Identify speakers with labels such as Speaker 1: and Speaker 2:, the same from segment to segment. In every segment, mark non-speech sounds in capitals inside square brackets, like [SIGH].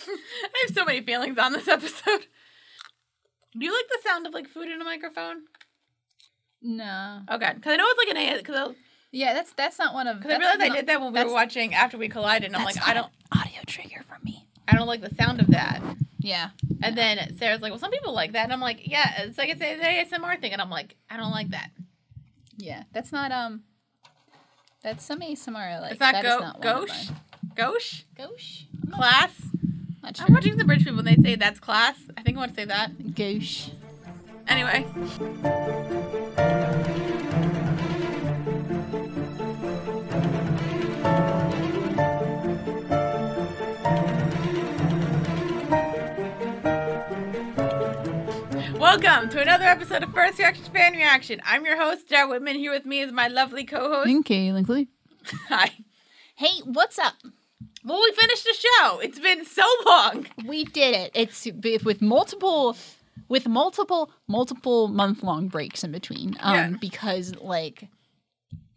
Speaker 1: have so many feelings on this episode. Do you like the sound of like food in a microphone?
Speaker 2: No.
Speaker 1: Okay, because I know it's like an A. Because
Speaker 2: Yeah, that's that's not one of.
Speaker 1: I realized I did that when we were
Speaker 2: that's-
Speaker 1: watching after we collided, and I'm like, I don't,
Speaker 2: audio trigger for me.
Speaker 1: I don't like the sound of that.
Speaker 2: Yeah.
Speaker 1: And then Sarah's like, well, some people like that, and I'm like, yeah, it's like it's an ASMR thing, and I'm like, I don't like that.
Speaker 2: Yeah. That's not um. That's some ASMR I like.
Speaker 1: It's not
Speaker 2: That is
Speaker 1: go-
Speaker 2: one of
Speaker 1: gauche?
Speaker 2: mine.
Speaker 1: Gauche
Speaker 2: Gauche.
Speaker 1: class.
Speaker 2: Not
Speaker 1: I'm
Speaker 2: sure.
Speaker 1: watching the bridge people, and they say that's class. I think I want to say that.
Speaker 2: Gauche.
Speaker 1: Anyway. Welcome to another episode of First Reaction Fan Reaction. I'm your host, Dara Whitman. Here with me is my lovely co-host.
Speaker 2: Okay, Linkley.
Speaker 1: Hi.
Speaker 2: Hey, what's up?
Speaker 1: Well, we finished the show. It's been so long.
Speaker 2: We did it. It's b- with multiple, with multiple, multiple month long breaks in between. Um,
Speaker 1: Yeah.
Speaker 2: because like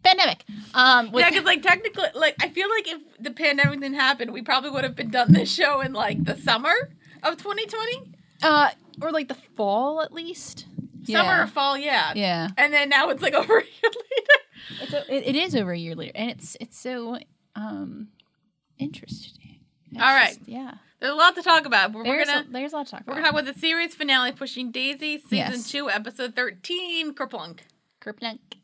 Speaker 2: pandemic. Um, with
Speaker 1: Yeah, because like technically, like I feel like if the pandemic didn't happen, we probably would have been done this show in like the summer of 2020,
Speaker 2: uh, or like the fall at least.
Speaker 1: summer or fall, yeah.
Speaker 2: Yeah.
Speaker 1: And then now it's like [LAUGHS] over a year later.
Speaker 2: It's o it, it is over a year later, and it's it's so um interesting. It's
Speaker 1: All right.
Speaker 2: just- yeah.
Speaker 1: There's a lot to talk about. But we're
Speaker 2: There's
Speaker 1: gonna
Speaker 2: a, there's a lot to talk
Speaker 1: we're
Speaker 2: about.
Speaker 1: gonna talk about the series finale, pushing Daisy, season
Speaker 2: Yes.
Speaker 1: two, episode 13, Kerplunk.
Speaker 2: Kerplunk.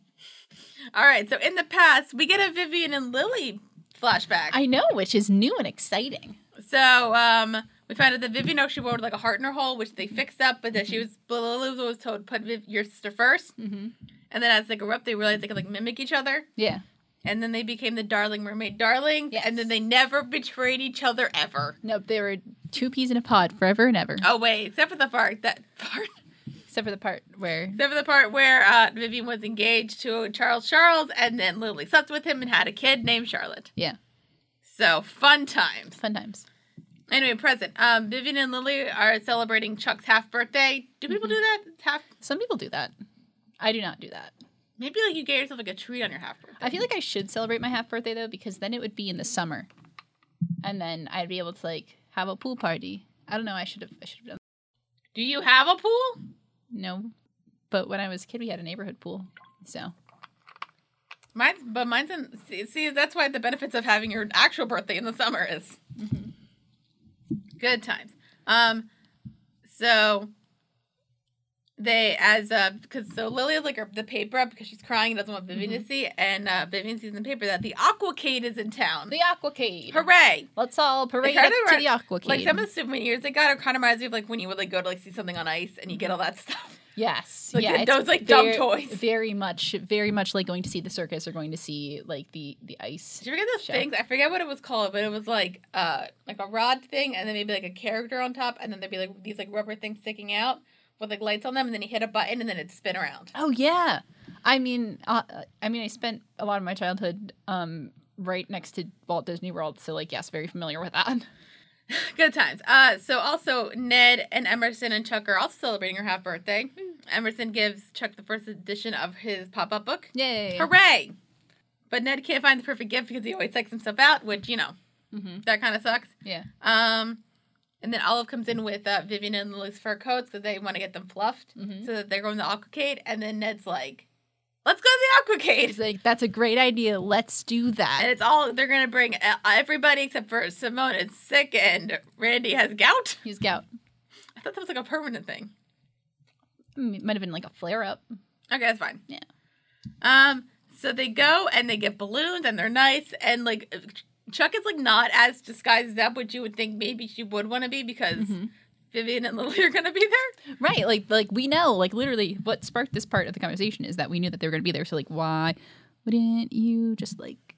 Speaker 1: All right. So in the past, we get a Vivian and Lily flashback.
Speaker 2: I know, which is new and exciting.
Speaker 1: So um, we found out that Vivian actually wore like a heart in her hole, which they fixed up, but that she was Lulu was told put Viv- your sister 1st
Speaker 2: Mhm.
Speaker 1: and then as they grew up, they realized they could like mimic each other,
Speaker 2: Yeah.
Speaker 1: and then they became the Darling Mermaid Darling,
Speaker 2: Yes.
Speaker 1: and then they never betrayed each other ever.
Speaker 2: Nope. They were two peas in a pod forever and ever,
Speaker 1: Oh wait, except for the part that part, [LAUGHS]
Speaker 2: except for the part where
Speaker 1: except for the part where uh, Vivian was engaged to Charles Charles, and then Lily slept with him and had a kid named Charlotte.
Speaker 2: yeah,
Speaker 1: So fun times.
Speaker 2: fun times.
Speaker 1: Anyway, present. Um, Vivian and Lily are celebrating Chuck's half birthday. Do people
Speaker 2: Mm-hmm.
Speaker 1: do that? Half
Speaker 2: Some people do that. I do not do that.
Speaker 1: Maybe like you gave yourself like a treat on your half birthday.
Speaker 2: I feel like I should celebrate my half birthday though, because then it would be in the summer, and then I'd be able to like have a pool party. I don't know. I should have. I should have done.
Speaker 1: Do you have a pool?
Speaker 2: No. But when I was a kid, we had a neighborhood pool. So,
Speaker 1: Mine's but mine's in. See, see, that's why the benefits of having your actual birthday in the summer is good times. Um, so they as uh because so Lily is like her, the paper up because she's crying and doesn't want Vivian to see, and uh, Vivian sees in the paper that the Aquacade is in town.
Speaker 2: the Aquacade.
Speaker 1: Hooray!
Speaker 2: Let's all parade
Speaker 1: Kind
Speaker 2: up
Speaker 1: of
Speaker 2: to
Speaker 1: rem-
Speaker 2: the Aquacade.
Speaker 1: Like some of the souvenirs they got are kind of reminds me of like when you would like go to like see something on ice and you get all that stuff.
Speaker 2: yes.
Speaker 1: like,
Speaker 2: yeah,
Speaker 1: it-
Speaker 2: it's
Speaker 1: those, like, dumb
Speaker 2: ver-
Speaker 1: toys.
Speaker 2: Very much, very much like going to see the circus or going to see, like, the, the ice.
Speaker 1: Do you forget those
Speaker 2: Show.
Speaker 1: things? I forget what it was called, but it was like uh like a rod thing, and then maybe like a character on top, and then there'd be like these like rubber things sticking out with like lights on them, and then you hit a button, and then it'd spin around.
Speaker 2: Oh, yeah. I mean, uh, I mean, I spent a lot of my childhood um, right next to Walt Disney World. So, like, yes, very familiar
Speaker 1: [LAUGHS]
Speaker 2: with that.
Speaker 1: [LAUGHS] Good times. Uh, so also Ned and Emerson and Chuck are also celebrating her half birthday. Emerson gives Chuck the first edition of his pop up book.
Speaker 2: Yay.
Speaker 1: Hooray! But Ned can't find the perfect gift because he always sucks himself out, which you know
Speaker 2: Mhm.
Speaker 1: that kind of sucks.
Speaker 2: Yeah.
Speaker 1: Um, and then Olive comes in with uh, Vivian and Lily's fur coats because they want to get them fluffed
Speaker 2: Mhm.
Speaker 1: so that they're going to the Aquacade. And then Ned's like, let's go to the
Speaker 2: It's
Speaker 1: Aquacade.
Speaker 2: like, that's a great idea. Let's
Speaker 1: [LAUGHS]
Speaker 2: do
Speaker 1: And
Speaker 2: that.
Speaker 1: it's all, they're going to bring e- everybody except for Simone is sick and Randy has gout. [LAUGHS]
Speaker 2: He's gout.
Speaker 1: I thought that was like a permanent thing.
Speaker 2: Mm, It might have been like a flare up.
Speaker 1: Okay, that's fine.
Speaker 2: Yeah.
Speaker 1: Um, so they go and they get balloons and they're nice and like uh, Chuck is like not as disguised as that, which you would think maybe she would want to be because
Speaker 2: Mhm.
Speaker 1: Vivian and Lily [LAUGHS] are going to be there.
Speaker 2: Right, like like we know, like literally, what sparked this part of the conversation is that we knew that they were going to be there. So like, why wouldn't you just like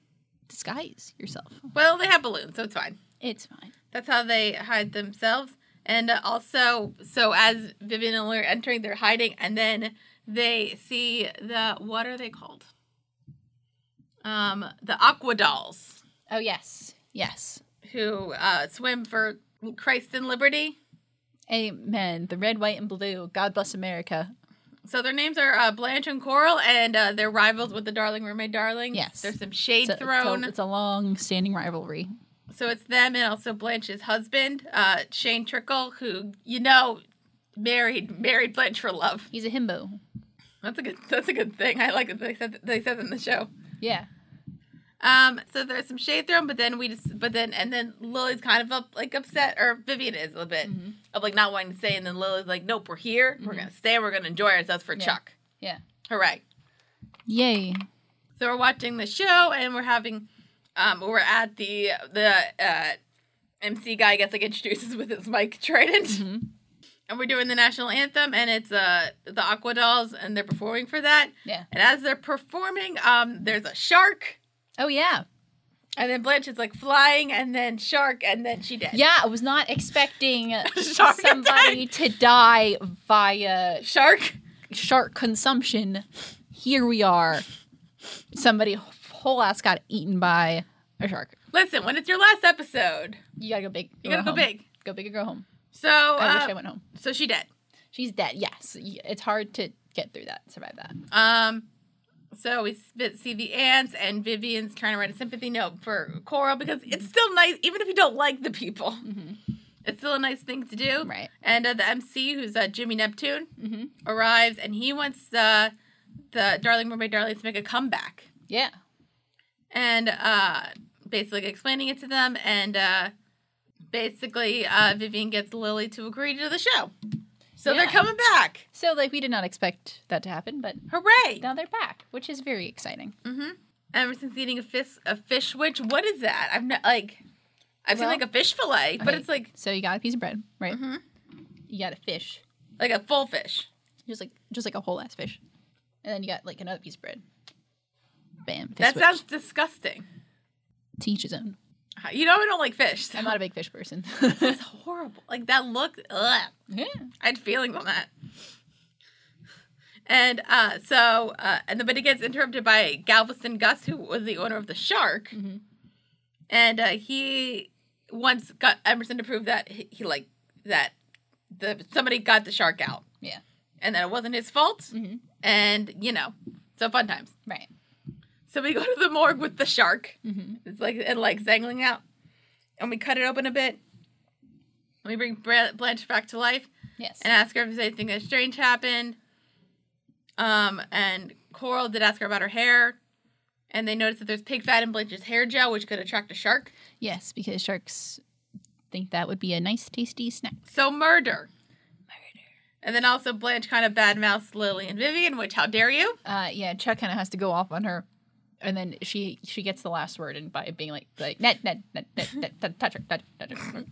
Speaker 2: disguise yourself?
Speaker 1: Well, they have balloons, so it's fine.
Speaker 2: It's fine.
Speaker 1: That's how they hide themselves. And uh, also, so as Vivian and Lily are entering, they're hiding, and then they see the what are they called? Um, the Aqua Dolls
Speaker 2: Oh yes, yes,
Speaker 1: who uh, swim for Christ and Liberty.
Speaker 2: amen. The red, white, and blue. God bless America.
Speaker 1: So their names are uh, Blanche and Coral, and uh, they're rivals with the Darling Mermaid Darling.
Speaker 2: Yes.
Speaker 1: there's some shade
Speaker 2: It's a, it's a-
Speaker 1: thrown.
Speaker 2: it's a long-standing rivalry.
Speaker 1: So it's them and also Blanche's husband, uh, Shane Trickle, who you know married married Blanche for love.
Speaker 2: He's a himbo.
Speaker 1: That's a good that's a good thing. I like that they said they said that in the show.
Speaker 2: Yeah.
Speaker 1: Um, so there's some shade thrown, but then we just, but then, and then Lily's kind of up, like upset, or Vivian is a little bit
Speaker 2: Mm-hmm.
Speaker 1: of like not wanting to stay, and then Lily's like, nope, we're here, we're gonna stay, we're gonna enjoy ourselves for
Speaker 2: Yeah.
Speaker 1: Chuck.
Speaker 2: Yeah.
Speaker 1: Hooray!
Speaker 2: Yay.
Speaker 1: So we're watching the show, and we're having, um, we're at the the uh, MC guy gets like introduces with his mic trident,
Speaker 2: Mhm.
Speaker 1: and we're doing the national anthem, and it's uh the Aqua Dolls, and they're performing for that,
Speaker 2: Yeah.
Speaker 1: and as they're performing, um, there's a shark.
Speaker 2: Oh yeah.
Speaker 1: And then Blanche is like flying, and then shark, and then she dead.
Speaker 2: Yeah, I was not [LAUGHS] expecting
Speaker 1: Shark
Speaker 2: somebody to die via
Speaker 1: shark.
Speaker 2: shark consumption. Here we are. Somebody whole ass got eaten by a shark.
Speaker 1: Listen, when it's your last episode,
Speaker 2: You gotta go big.
Speaker 1: you gotta go
Speaker 2: home.
Speaker 1: big.
Speaker 2: Go big or go home.
Speaker 1: So,
Speaker 2: Uh-huh. I wish
Speaker 1: uh,
Speaker 2: I went home.
Speaker 1: so she dead.
Speaker 2: She's dead. Yes, Y- it's hard to get through that. Survive that.
Speaker 1: Um, so we sp- see the ants, and Vivian's trying to write a sympathy note for Coral because it's still nice, even if you don't like the people. It's still a nice thing to do.
Speaker 2: Right.
Speaker 1: And uh, the MC, who's uh, Jimmy Neptune,
Speaker 2: Mm-hmm.
Speaker 1: arrives, and he wants uh, the Darling Mermaid Darlings to make a comeback.
Speaker 2: Yeah.
Speaker 1: and uh, basically explaining it to them. And uh, basically, uh, Vivian gets Lily to agree to the show. So they're
Speaker 2: Yeah.
Speaker 1: coming back.
Speaker 2: So like we did not expect that to happen, but
Speaker 1: Hooray!
Speaker 2: now they're back, which is very exciting.
Speaker 1: Mm-hmm. Ever since eating a fish, a fish witch, what is that? I've not like, I've
Speaker 2: Well,
Speaker 1: seen like a fish fillet, but
Speaker 2: okay.
Speaker 1: it's like
Speaker 2: So you got a piece of bread, right?
Speaker 1: Mhm.
Speaker 2: You got a fish,
Speaker 1: like a full fish.
Speaker 2: just like just like a whole ass fish, and then you got like another piece of bread. Bam.
Speaker 1: that sounds disgusting.
Speaker 2: to each his own.
Speaker 1: You know I don't like fish. So [LAUGHS]
Speaker 2: I'm not a big fish person. [LAUGHS]
Speaker 1: that's horrible. Like that look. Ugh.
Speaker 2: yeah.
Speaker 1: I had feelings on that. And uh, so, uh, and the, but it gets interrupted by Galveston Gus, who was the owner of the shark,
Speaker 2: Mhm.
Speaker 1: and uh, he once got Emerson to prove that he, he like that the somebody got the shark out,
Speaker 2: Yeah.
Speaker 1: and that it wasn't his fault,
Speaker 2: Mhm.
Speaker 1: and you know, so fun times.
Speaker 2: Right.
Speaker 1: So we go to the morgue with the shark.
Speaker 2: Mm-hmm.
Speaker 1: It's like it like dangling out, and we cut it open a bit. And we bring Bra- Blanche back to life,
Speaker 2: Yes.
Speaker 1: and ask her if there's anything that strange happened. Um, and Coral did ask her about her hair, and they noticed that there's pig fat in Blanche's hair gel, which could attract a shark.
Speaker 2: yes, because sharks think that would be a nice, tasty snack.
Speaker 1: So murder. And then also Blanche kind of badmouths Lily and Vivian, which how dare you?
Speaker 2: Uh, yeah, Chuck kind of has to go off on her, and then she she gets the last word and by being like like net net net net, net [LAUGHS] t- touch her touch her, touch her.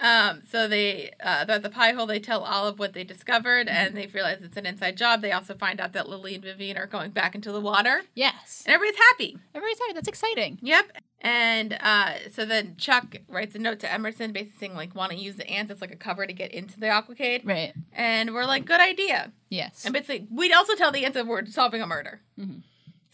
Speaker 1: Um, so they uh, about the pie hole, they tell Olive what they discovered, and they realize it's an inside job. They also find out that Lily and Vivian are going back into the water,
Speaker 2: Yes,
Speaker 1: and everybody's happy.
Speaker 2: everybody's happy. That's exciting.
Speaker 1: Yep. And uh, so then Chuck writes a note to Emerson, basically saying like, "Want to use the ants as like a cover to get into the aquacade?"
Speaker 2: Right.
Speaker 1: And we're like, "Good idea."
Speaker 2: Yes.
Speaker 1: And basically, we'd also tell the ants that we're solving a murder.
Speaker 2: Mhm.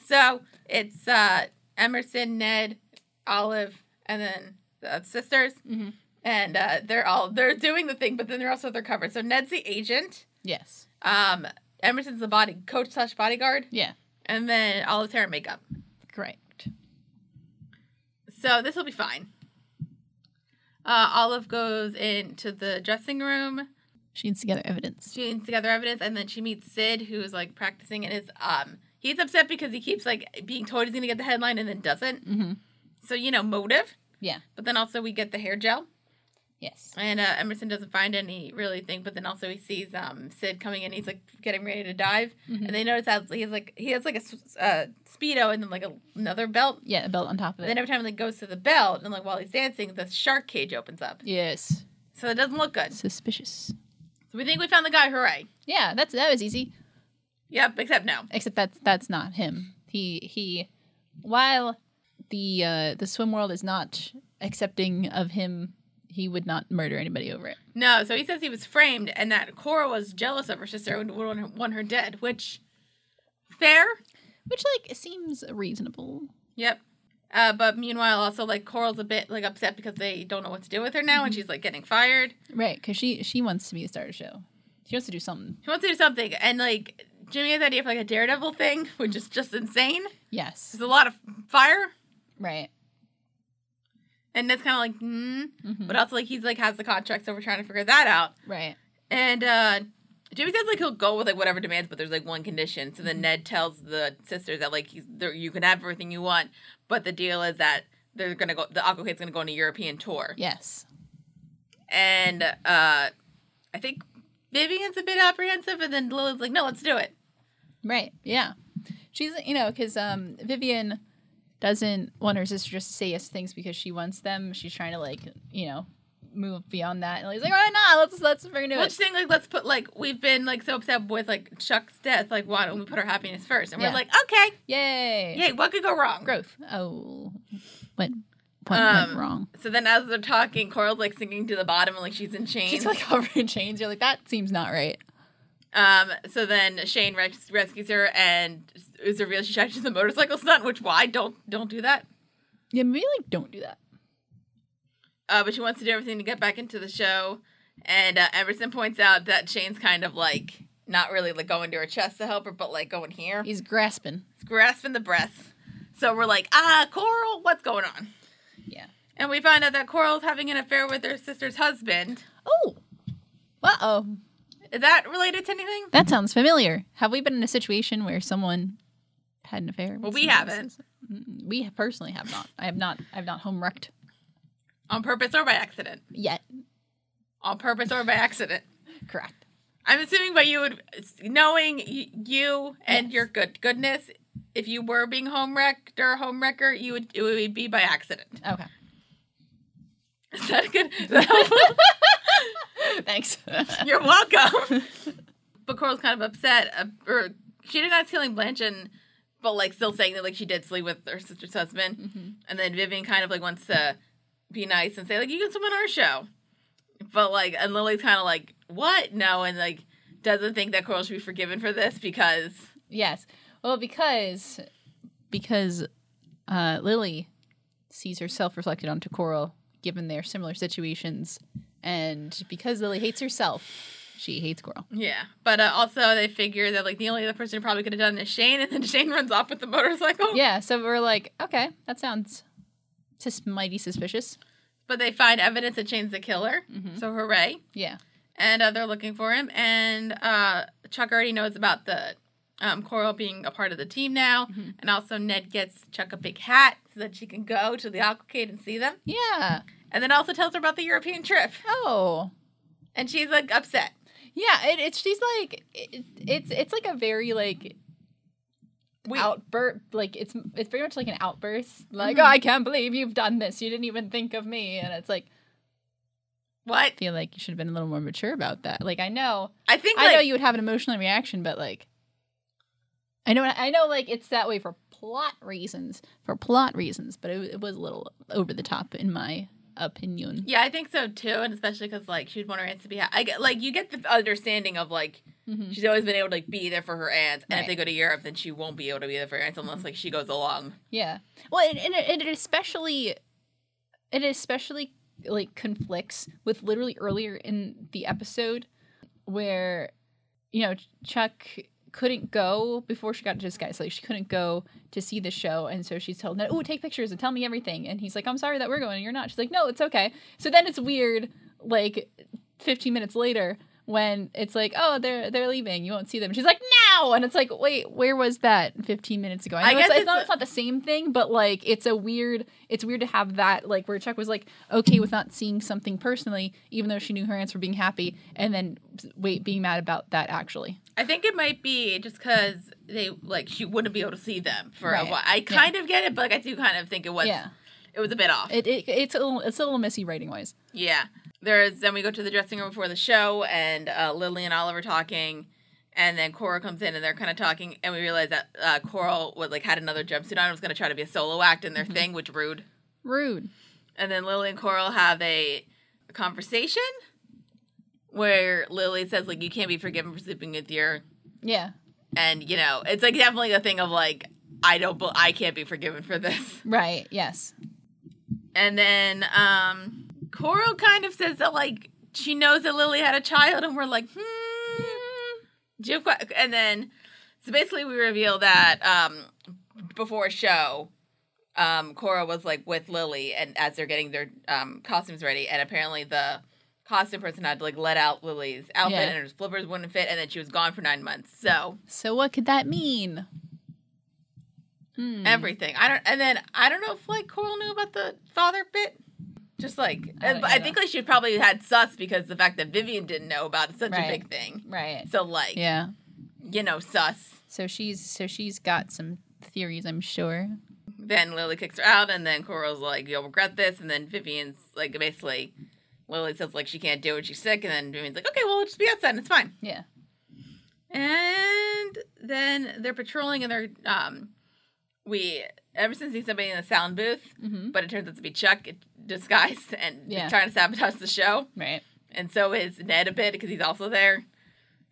Speaker 1: So it's uh, Emerson, Ned, Olive, and then the sisters,
Speaker 2: Mhm.
Speaker 1: and uh, they're all they're doing the thing, but then they're also they're covered. So Ned's the agent.
Speaker 2: Yes.
Speaker 1: Um, Emerson's the body coach slash bodyguard,
Speaker 2: Yeah.
Speaker 1: and then Olive's hair and makeup.
Speaker 2: Correct.
Speaker 1: So this will be fine. Uh, Olive goes into the dressing room.
Speaker 2: She needs to gather evidence.
Speaker 1: She needs to gather evidence, and then she meets Sid, who is like practicing and is um he's upset because he keeps like being told he's gonna get the headline and then doesn't.
Speaker 2: Mm-hmm.
Speaker 1: So you know motive.
Speaker 2: Yeah.
Speaker 1: But then also we get the hair gel,
Speaker 2: Yes.
Speaker 1: and uh, Emerson doesn't find any really thing. But then also he sees um Sid coming in. He's like getting ready to dive,
Speaker 2: Mm-hmm.
Speaker 1: and they notice that he has like he has like a s- uh, speedo and then like a, another belt.
Speaker 2: Yeah, a belt on top of
Speaker 1: And then
Speaker 2: it.
Speaker 1: every time he goes to the belt and like while he's dancing, the shark cage opens up.
Speaker 2: Yes.
Speaker 1: So it doesn't look good.
Speaker 2: Suspicious.
Speaker 1: So we think we found the guy. Hooray!
Speaker 2: Yeah, that's that was easy.
Speaker 1: Yep. Except no.
Speaker 2: Except that's that's not him. He he while the uh the swim world is not accepting of him, he would not murder anybody over it.
Speaker 1: No. So he says he was framed, and that Cora was jealous of her sister and would want her, want her dead. Which fair.
Speaker 2: Which like seems reasonable.
Speaker 1: Yep. Uh, but meanwhile, also like Coral's a bit like upset because they don't know what to do with her now, and she's like getting fired.
Speaker 2: Right, because she she wants to be the star of the show. She wants to do something.
Speaker 1: She wants to do something, and [LAUGHS] like Jimmy has the idea for like a daredevil thing, which is just insane.
Speaker 2: Yes.
Speaker 1: There's a lot of fire.
Speaker 2: Right.
Speaker 1: and that's kind of like, mm.
Speaker 2: Mhm.
Speaker 1: but also like he's like has the contract, so we're trying to figure that out.
Speaker 2: Right.
Speaker 1: And uh Jimmy says like he'll go with like whatever demands, but there's like one condition. So
Speaker 2: Mm-hmm.
Speaker 1: then Ned tells the sisters that like he's there, you can have everything you want, but the deal is that they're gonna go. The Aqua Kid's gonna go on a European tour,
Speaker 2: Yes.
Speaker 1: and uh I think Vivian's a bit apprehensive, and then Lily's like, no, let's do it.
Speaker 2: Right. Yeah. She's, you know, because um, Vivian doesn't want her sister just to say yes to things because she wants them. She's trying to, like, you know, move beyond that. And he's like, why not? Let's, let's freaking do
Speaker 1: Well,
Speaker 2: it.
Speaker 1: she's saying like let's put like we've been like so upset with like Chuck's death, like why don't we put our happiness first? And
Speaker 2: Yeah.
Speaker 1: we're like, okay,
Speaker 2: Yay.
Speaker 1: yay, what could go wrong?
Speaker 2: Growth. Oh. What, what
Speaker 1: Um,
Speaker 2: went wrong? [LAUGHS]
Speaker 1: So then as they're talking, Coral's like sinking to the bottom, and like she's in chains.
Speaker 2: She's like covered in chains. You're like, that seems not right.
Speaker 1: Um, so then Shane res- rescues her and is revealed she's actually the motorcycle stunt, which why don't don't do that.
Speaker 2: Yeah, maybe like don't do that.
Speaker 1: Uh, but she wants to do everything to get back into the show. And uh, Emerson points out that Shane's kind of like not really like going to her chest to help her, but like going here,
Speaker 2: He's grasping.
Speaker 1: He's grasping the breasts. So we're like, ah, Coral, what's going on?
Speaker 2: Yeah.
Speaker 1: And we find out that Coral's having an affair with her sister's husband.
Speaker 2: Oh. Uh oh.
Speaker 1: Is that related to anything?
Speaker 2: That sounds familiar. Have we been in a situation where someone had an affair? with
Speaker 1: Well, we
Speaker 2: someone
Speaker 1: haven't.
Speaker 2: else's- Mm, We personally have not. I have not. I've not home wrecked
Speaker 1: On purpose or by accident?
Speaker 2: yet.
Speaker 1: On purpose or by accident?
Speaker 2: Correct.
Speaker 1: I'm assuming by you would knowing y- you and
Speaker 2: Yes.
Speaker 1: your good goodness, if you were being home wrecked or a home wrecker, you would it would be by accident. [LAUGHS]
Speaker 2: Okay.
Speaker 1: Is that a good? is that helpful?
Speaker 2: [LAUGHS] [LAUGHS] Thanks.
Speaker 1: [LAUGHS] You're welcome. but Coral's kind of upset, uh, or she did not killing Blanche, and but like still saying that like she did sleep with her sister's husband,
Speaker 2: Mm-hmm.
Speaker 1: and then Vivian kind of like wants to be nice and say like you can swim on our show, but like and Lily's kind of like what no and like doesn't think that Coral should be forgiven for this because.
Speaker 2: yes. Well, because because uh, Lily sees herself reflected onto Coral, given their similar situations, and because Lily hates herself, she hates Coral.
Speaker 1: Yeah, but uh, also they figure that like the only other person who probably could have done it is Shane, and then [LAUGHS] Shane runs off with the motorcycle.
Speaker 2: Yeah. So we're like, okay, that sounds just mighty suspicious.
Speaker 1: But they find evidence that Shane's the killer,
Speaker 2: Mm-hmm.
Speaker 1: so hooray!
Speaker 2: Yeah.
Speaker 1: And uh, they're looking for him, and uh, Chuck already knows about the um, Coral being a part of the team now,
Speaker 2: Mm-hmm.
Speaker 1: and also Ned gets Chuck a big hat so that she can go to the Aquacade and see them,
Speaker 2: Yeah.
Speaker 1: and then also tells her about the European trip,
Speaker 2: Oh.
Speaker 1: and she's like upset.
Speaker 2: Yeah, it, it's she's like it, it's it's like a very like
Speaker 1: We,
Speaker 2: outburst like it's it's very much like an outburst like oh, I can't believe you've done this you didn't even think of me and it's like
Speaker 1: what?
Speaker 2: I feel like you should have been a little more mature about that like I know
Speaker 1: I think
Speaker 2: I know
Speaker 1: like-
Speaker 2: you would have an emotional reaction but like I know I know like it's that way for plot reasons for plot reasons but it, it was a little over the top in my opinion
Speaker 1: Yeah, I think so too, and especially because like she'd want her aunts to be. Ha- I get like you get the understanding of like
Speaker 2: Mhm.
Speaker 1: she's always been able to like be there for her aunts, and if
Speaker 2: Right.
Speaker 1: they go to Europe, then she won't be able to be there for her aunts unless like she goes along.
Speaker 2: Yeah. Well, and, and it, and it especially, it especially like conflicts with literally earlier in the episode where, you know, Chuck couldn't go before she got to disguise. Like she couldn't go to see the show, and so she's told, "No, oh, take pictures and tell me everything." And he's like, "I'm sorry that we're going, and you're not." She's like, "No, it's okay." So then it's weird, like 15 minutes later. When it's like, oh, they're they're leaving, you won't see them. She's like, now, and it's like, wait, where was that 15 minutes ago? I,
Speaker 1: I
Speaker 2: know it's,
Speaker 1: guess
Speaker 2: it's not
Speaker 1: it's-
Speaker 2: it's not the same thing, but like it's a weird it's weird to have that like where Chuck was like okay with not seeing something personally, even though she knew her aunts were being happy, and then wait being mad about that actually.
Speaker 1: I think it might be just because they like she wouldn't be able to see them for
Speaker 2: Right.
Speaker 1: a while. I kind of get it, but like I do kind of think it was
Speaker 2: Yeah.
Speaker 1: it was a bit off.
Speaker 2: It, it it's a little, it's a little messy writing wise.
Speaker 1: Yeah. There's then we go to the dressing room before the show and uh, Lily and Oliver talking and then Coral comes in and they're kind of talking and we realize that uh, Coral was like had another jumpsuit on and was going to try to be a solo act in their thing, which rude.
Speaker 2: Rude.
Speaker 1: And then Lily and Coral have a conversation where Lily says like you can't be forgiven for sleeping with your
Speaker 2: Yeah.
Speaker 1: and you know it's like definitely a thing of like I don't bel I can't be forgiven for this.
Speaker 2: Right. Yes.
Speaker 1: And then um Coral kind of says that like she knows that Lily had a child, and we're like, hmm. Do you have que-" And then so basically we reveal that um before show, um, Cora was like with Lily, and as they're getting their um, costumes ready, and apparently the costume person had to like let out Lily's outfit,
Speaker 2: Yeah.
Speaker 1: and her flippers wouldn't fit, and then she was gone for nine months. So
Speaker 2: So what could that mean? Hmm.
Speaker 1: everything, I don't, and then I don't know if like Coral knew about the father bit. Just like
Speaker 2: I
Speaker 1: I,
Speaker 2: don't
Speaker 1: I
Speaker 2: know.
Speaker 1: think like she probably had sus because the fact that Vivian didn't know about it's such
Speaker 2: Right.
Speaker 1: a big thing.
Speaker 2: Right.
Speaker 1: So like
Speaker 2: Yeah.
Speaker 1: you know sus.
Speaker 2: So she's so she's got some theories, I'm sure.
Speaker 1: Then Lily kicks her out, and then Coral's like, "You'll regret this." And then Vivian's like, basically, Lily says like she can't do it, she's sick, and then Vivian's like, "Okay, well, we'll just be outside, and it's fine."
Speaker 2: Yeah.
Speaker 1: And then they're patrolling, and they're um, we Emerson sees somebody in the sound booth,
Speaker 2: Mm-hmm.
Speaker 1: but it turns out to be Chuck disguised [LAUGHS] and
Speaker 2: Yeah.
Speaker 1: trying to sabotage the show,
Speaker 2: Right.
Speaker 1: and so is Ned a bit because he's also there,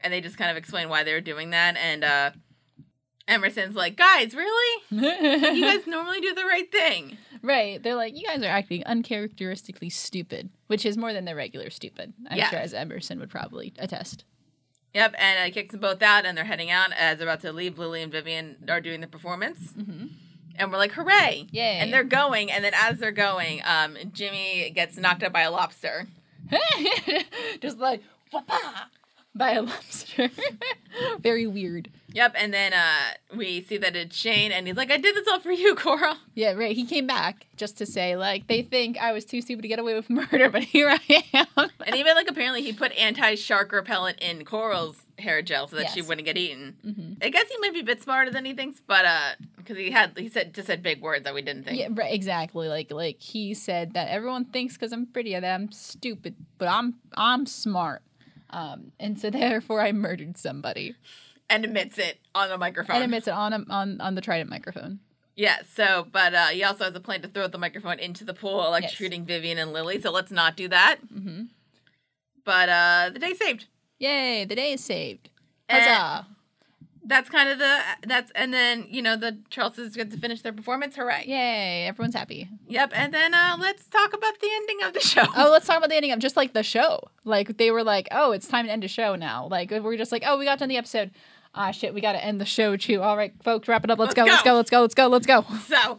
Speaker 1: and they just kind of explain why they're doing that, and uh, Emerson's like, "Guys, really? You guys normally do the right thing."
Speaker 2: [LAUGHS] right. They're like, you guys are acting uncharacteristically stupid, which is more than their regular stupid. I'm
Speaker 1: Yeah.
Speaker 2: sure as Emerson would probably attest.
Speaker 1: Yep, and I kicked them both out, and they're heading out as they're about to leave. Lily and Vivian are doing the performance,
Speaker 2: Mm-hmm.
Speaker 1: and we're like, "Hooray!"
Speaker 2: Yay.
Speaker 1: And they're going, and then as they're going, um, Jimmy gets knocked up by a lobster.
Speaker 2: [LAUGHS] just like "Wha-pa!" by a lobster. [LAUGHS] Very weird.
Speaker 1: Yep, and then uh, we see that it's Shane, and he's like, "I did this all for you, Coral."
Speaker 2: Yeah, right. He came back just to say, like, they think I was too stupid to get away with murder, but [LAUGHS] here I am.
Speaker 1: And even like apparently he put anti-shark repellent in Coral's hair gel so that she
Speaker 2: Yes.
Speaker 1: wouldn't get eaten.
Speaker 2: hmm
Speaker 1: I guess he might be a bit smarter than he thinks, but uh, because he had he said just said big words that we didn't think.
Speaker 2: Yeah, right. Exactly. Like, like he said that everyone thinks because I'm pretty that I'm stupid, but I'm I'm smart, um, and so [LAUGHS] therefore I murdered somebody.
Speaker 1: And admits it on the microphone.
Speaker 2: And admits it on a, on on the Trident microphone.
Speaker 1: Yeah, so, but uh, he also has a plan to throw the microphone into the pool, electrocuting Vivian and Lily, so let's not do that.
Speaker 2: hmm
Speaker 1: But uh, the day saved.
Speaker 2: Yay! The day is saved.
Speaker 1: And
Speaker 2: Huzzah!
Speaker 1: that's kind of the, that's, and then, you know, the Charleston's get to finish their performance, hooray.
Speaker 2: Yay!
Speaker 1: [LAUGHS]
Speaker 2: Everyone's happy.
Speaker 1: Yep, and then uh, let's talk about the ending of the [LAUGHS] show.
Speaker 2: Oh, let's talk about the ending of just like the show. Like they were like, oh, it's time to end a show now. Like we're just like, oh, we got done the episode. Ah, shit, we got to end the show too. All right, folks, wrap it up.
Speaker 1: Let's
Speaker 2: Let's, go,
Speaker 1: go.
Speaker 2: Let's go. Let's go. Let's go. Let's go.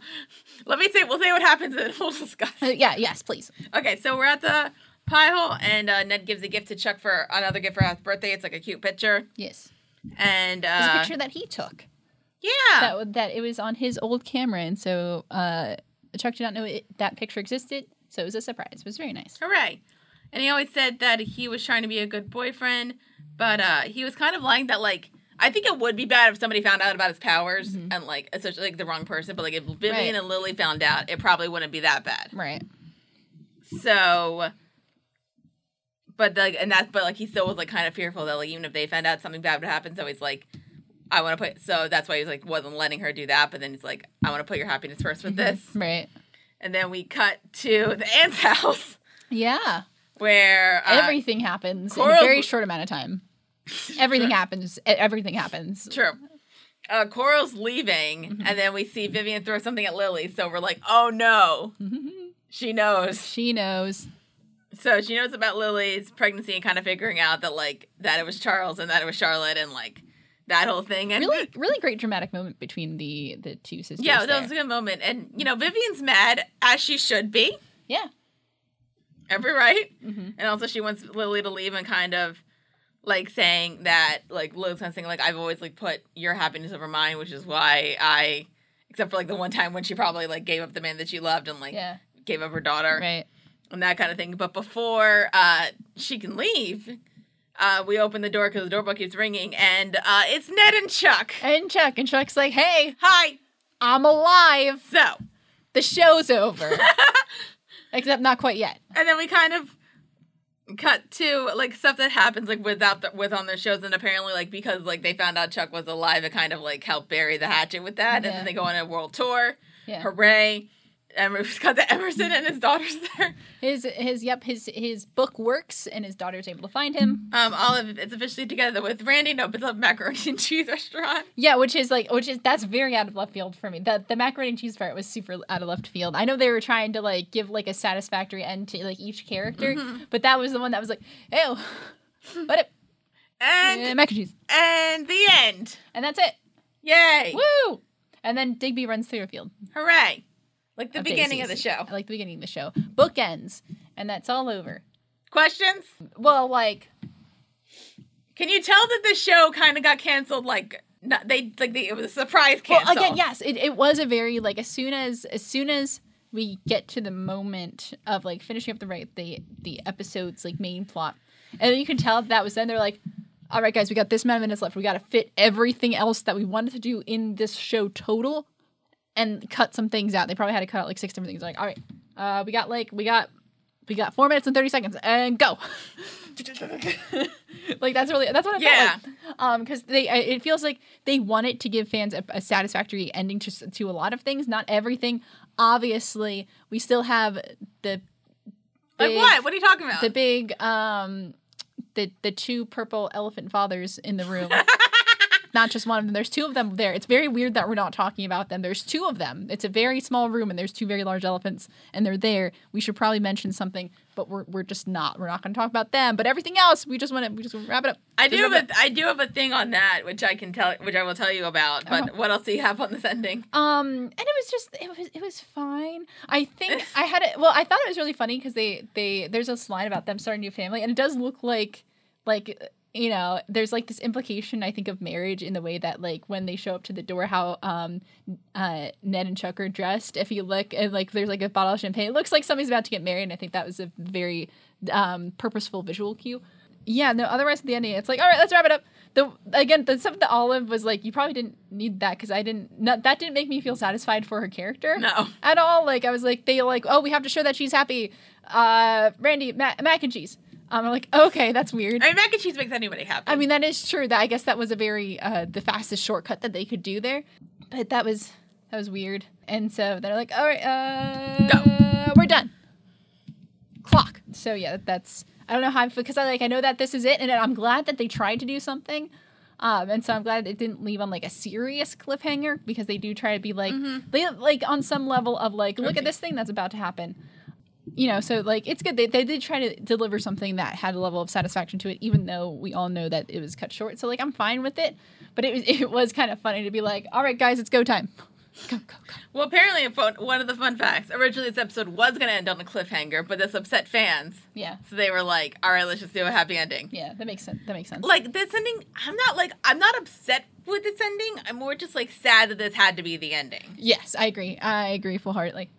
Speaker 1: [LAUGHS] So, let me say, we'll say what happens and [LAUGHS] then we'll discuss.
Speaker 2: Uh, [LAUGHS] yeah. Yes, please.
Speaker 1: Okay, so we're at the pie hole, and uh, Ned gives a gift to Chuck for another gift for his birthday. It's like a cute picture.
Speaker 2: Yes.
Speaker 1: And,
Speaker 2: There's
Speaker 1: uh,
Speaker 2: a picture that he took.
Speaker 1: yeah.
Speaker 2: That w- that it was on his old camera, and so uh, Chuck did not know it, that picture existed. So it was a surprise. It was very nice.
Speaker 1: Hooray. And he always said that he was trying to be a good boyfriend, but uh, he was kind of lying that, like, I think it would be bad if somebody found out about his powers and, like, especially, like, the wrong person. But, like, if Vivian
Speaker 2: Mm-hmm. Right.
Speaker 1: and Lily found out, it probably wouldn't be that bad.
Speaker 2: Right.
Speaker 1: So, but, like, and that's, but, like, he still was, like, kind of fearful that, like, even if they found out something bad would happen. So he's like, I want to put, so that's why he was, like, wasn't letting her do that. But then he's like, I want to put your happiness first with
Speaker 2: Mm-hmm.
Speaker 1: this.
Speaker 2: Right.
Speaker 1: And then we cut to the aunt's [LAUGHS] house
Speaker 2: Yeah.
Speaker 1: where uh,
Speaker 2: everything happens in a
Speaker 1: Coral-
Speaker 2: very short amount of time. Everything happens. E- Everything happens. [LAUGHS]
Speaker 1: True. Uh, Coral's leaving, and then we see Vivian throw something at Lily. So we're like, oh no, she knows.
Speaker 2: She knows.
Speaker 1: So she knows about Lily's pregnancy and kind of figuring out that like that it was Charles and that it was Charlotte and like that whole thing. And
Speaker 2: really really great dramatic moment between the the two sisters
Speaker 1: yeah, that
Speaker 2: there.
Speaker 1: was a good moment. And you know, Vivian's mad as she should be.
Speaker 2: yeah
Speaker 1: Every right.
Speaker 2: Mhm.
Speaker 1: And also, she wants Lily to leave and kind of like saying that, like, Lily's kind of saying, like, I've always like put your happiness over mine, which is why I, except for like the one time when she probably like gave up the man that she loved and like
Speaker 2: yeah
Speaker 1: gave up her daughter
Speaker 2: right
Speaker 1: and that kind of thing. But before uh, she can leave, uh, we open the door because the doorbell keeps ringing and uh, it's Ned and Chuck.
Speaker 2: and chuck and chuck's like hey
Speaker 1: Hi.
Speaker 2: i'm alive
Speaker 1: So,
Speaker 2: the show's over
Speaker 1: [LAUGHS]
Speaker 2: except not quite yet
Speaker 1: and then we kind of cut to like stuff that happens like without the, with on their shows and apparently like because like they found out Chuck was alive it kind of like helped bury the hatchet with that and
Speaker 2: Yeah.
Speaker 1: then they go on a world tour
Speaker 2: yeah
Speaker 1: hooray [LAUGHS] Emerson got to Emerson and his daughter's there
Speaker 2: his his yep his his book works and his daughter's able to find him
Speaker 1: um Olive is officially together with Randy and opens up macaroni and cheese restaurant
Speaker 2: yeah which is like which is that's very out of left field for me the the macaroni and cheese part was super out of left field i know they were trying to like give like a satisfactory end to like each character
Speaker 1: Mm-hmm.
Speaker 2: but that was the one that was like
Speaker 1: [LAUGHS]
Speaker 2: oh what up
Speaker 1: and
Speaker 2: uh, mac and cheese
Speaker 1: and the end
Speaker 2: and that's it
Speaker 1: yay
Speaker 2: Woo! And then Digby runs through a field.
Speaker 1: hooray Like the beginning of the
Speaker 2: daisies.
Speaker 1: show.
Speaker 2: I like the beginning of the show. Book ends, and that's all over.
Speaker 1: Questions?
Speaker 2: Well, like
Speaker 1: Can you tell that the show kind of got canceled? Like not, they like they, it was a surprise
Speaker 2: well,
Speaker 1: cancel.
Speaker 2: again, yes, it, it was a very like as soon as as soon as we get to the moment of like finishing up the right the the episode's like main plot, and you can tell that was then they're like. All right, guys, we got this amount of minutes left. We got to fit everything else that we wanted to do in this show total, and cut some things out. They probably had to cut out like six different things. Like, all right, uh, we got like we got we got four minutes and thirty seconds, and go. [LAUGHS] like that's really that's what it
Speaker 1: Yeah.
Speaker 2: felt like. Um, because they I- it feels like they wanted to give fans a, a satisfactory ending to s- to a lot of things, not everything. Obviously, we still have the
Speaker 1: [LAUGHS] like
Speaker 2: big-
Speaker 1: what? What are you talking about?
Speaker 2: the big um the the two purple elephant fathers in
Speaker 1: [LAUGHS]
Speaker 2: the room. not just one of them. There's two of them there. It's very weird that we're not talking about them. There's two of them. It's a very small room and there's two very large elephants and they're there. We should probably mention something, but we're we're just not. We're not going to talk about them. But everything else, we just want to we just wanna wrap it up.
Speaker 1: I
Speaker 2: Just
Speaker 1: do
Speaker 2: wrap
Speaker 1: have
Speaker 2: it up.
Speaker 1: a I do have a thing on that which I can tell which I will tell you about.
Speaker 2: Uh-huh.
Speaker 1: But what else do you have on this ending?
Speaker 2: Um, and it was just it was it was fine. I think I had it. Well, I thought it was really funny because they they there's this line about them starting a new family, and it does look like like you know there's like this implication I think of marriage in the way that like when they show up to the door how um uh Ned and Chuck are dressed. If you look and like there's like a bottle of champagne, it looks like somebody's about to get married, and I think that was a very um purposeful visual cue. Yeah, no. Otherwise, at the ending, it's like, all right, let's wrap it up. The again, the stuff with the olive was like, you probably didn't need that because I didn't. No, that didn't make me feel satisfied for her character.
Speaker 1: No.
Speaker 2: at all. Like I was like, they like, oh, we have to show that she's happy. Uh, Randy, ma- mac and cheese. Um, I'm like, okay, that's weird.
Speaker 1: I mean, mac and cheese makes anybody happy.
Speaker 2: I mean, that is true. That I guess that was a very uh, the fastest shortcut that they could do there. But that was that was weird. And so they're like, all right, uh, we're done. Clock. So yeah, that- that's I don't know how I feel because I like I know that this is it, and I'm glad that they tried to do something. Um, and so I'm glad it didn't leave on like a serious cliffhanger because they do try to be like they like on some level of like look at
Speaker 1: Okay.
Speaker 2: this thing that's about to happen you know, so like it's good. They, they did try to deliver something that had a level of satisfaction to it, even though we all know that it was cut short. So like I'm fine with it, but it was [LAUGHS] it was kind of funny to be like, all right, guys, it's go time. [LAUGHS] Go go go.
Speaker 1: well, apparently, a fun- one of the fun facts originally this episode was going to end on a cliffhanger, but this upset fans,
Speaker 2: Yeah,
Speaker 1: so they were like, "All right, let's just do a happy ending."
Speaker 2: yeah, that makes sense. That makes sense.
Speaker 1: Like this ending, I'm not like I'm not upset with this ending. I'm more just like sad that this had to be the ending.
Speaker 2: yes, I agree. I agree full heartedly.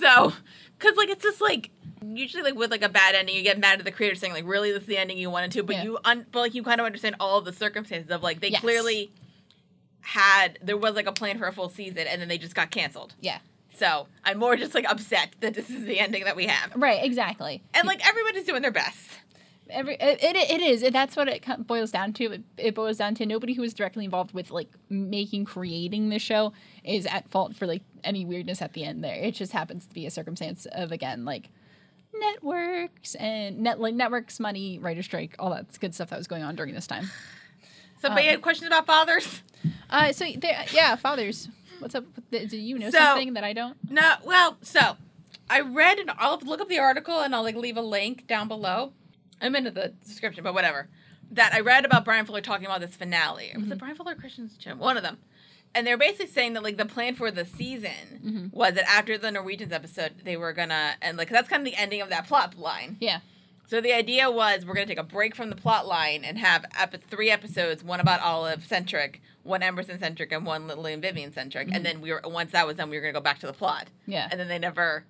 Speaker 1: So, because like it's just like usually like with like a bad ending, you get mad at the creator saying like, "Really, this is the ending you wanted to," but
Speaker 2: Yeah.
Speaker 1: you un- but like you kind of understand all of the circumstances of like they
Speaker 2: Yes.
Speaker 1: clearly had there was like a plan for a full season, and then they just got canceled.
Speaker 2: Yeah,
Speaker 1: So I'm more just like upset that this is the ending that we have,
Speaker 2: right. Exactly.
Speaker 1: and like everybody's doing their best.
Speaker 2: every it, it, it is it, that's what it co- boils down to it, it boils down to nobody who was directly involved with like making creating the show is at fault for like any weirdness at the end there it just happens to be a circumstance of again like networks and net like networks money writer strike all that good stuff that was going on during this time
Speaker 1: Somebody
Speaker 2: Um,
Speaker 1: had questions about fathers?
Speaker 2: uh so there, yeah fathers what's up with the, do you know
Speaker 1: So-
Speaker 2: something that i don't
Speaker 1: No. Well, so I read and I'll look up the article and I'll like leave a link down below. I'm into the description, but whatever. That I read about Brian Fuller talking about this finale. It was the Brian Fuller or Christian's Gym, one of them. And they're basically saying that like the plan for the season was that after the Norwegians episode, they were gonna and like that's kind of the ending of that plot line.
Speaker 2: yeah
Speaker 1: So the idea was we're gonna take a break from the plot line and have epi- three episodes, one about Olive centric, one Emerson centric, and one Lillian Vivian centric. And then we were once that was done, we were gonna go back to the plot
Speaker 2: yeah
Speaker 1: and then they never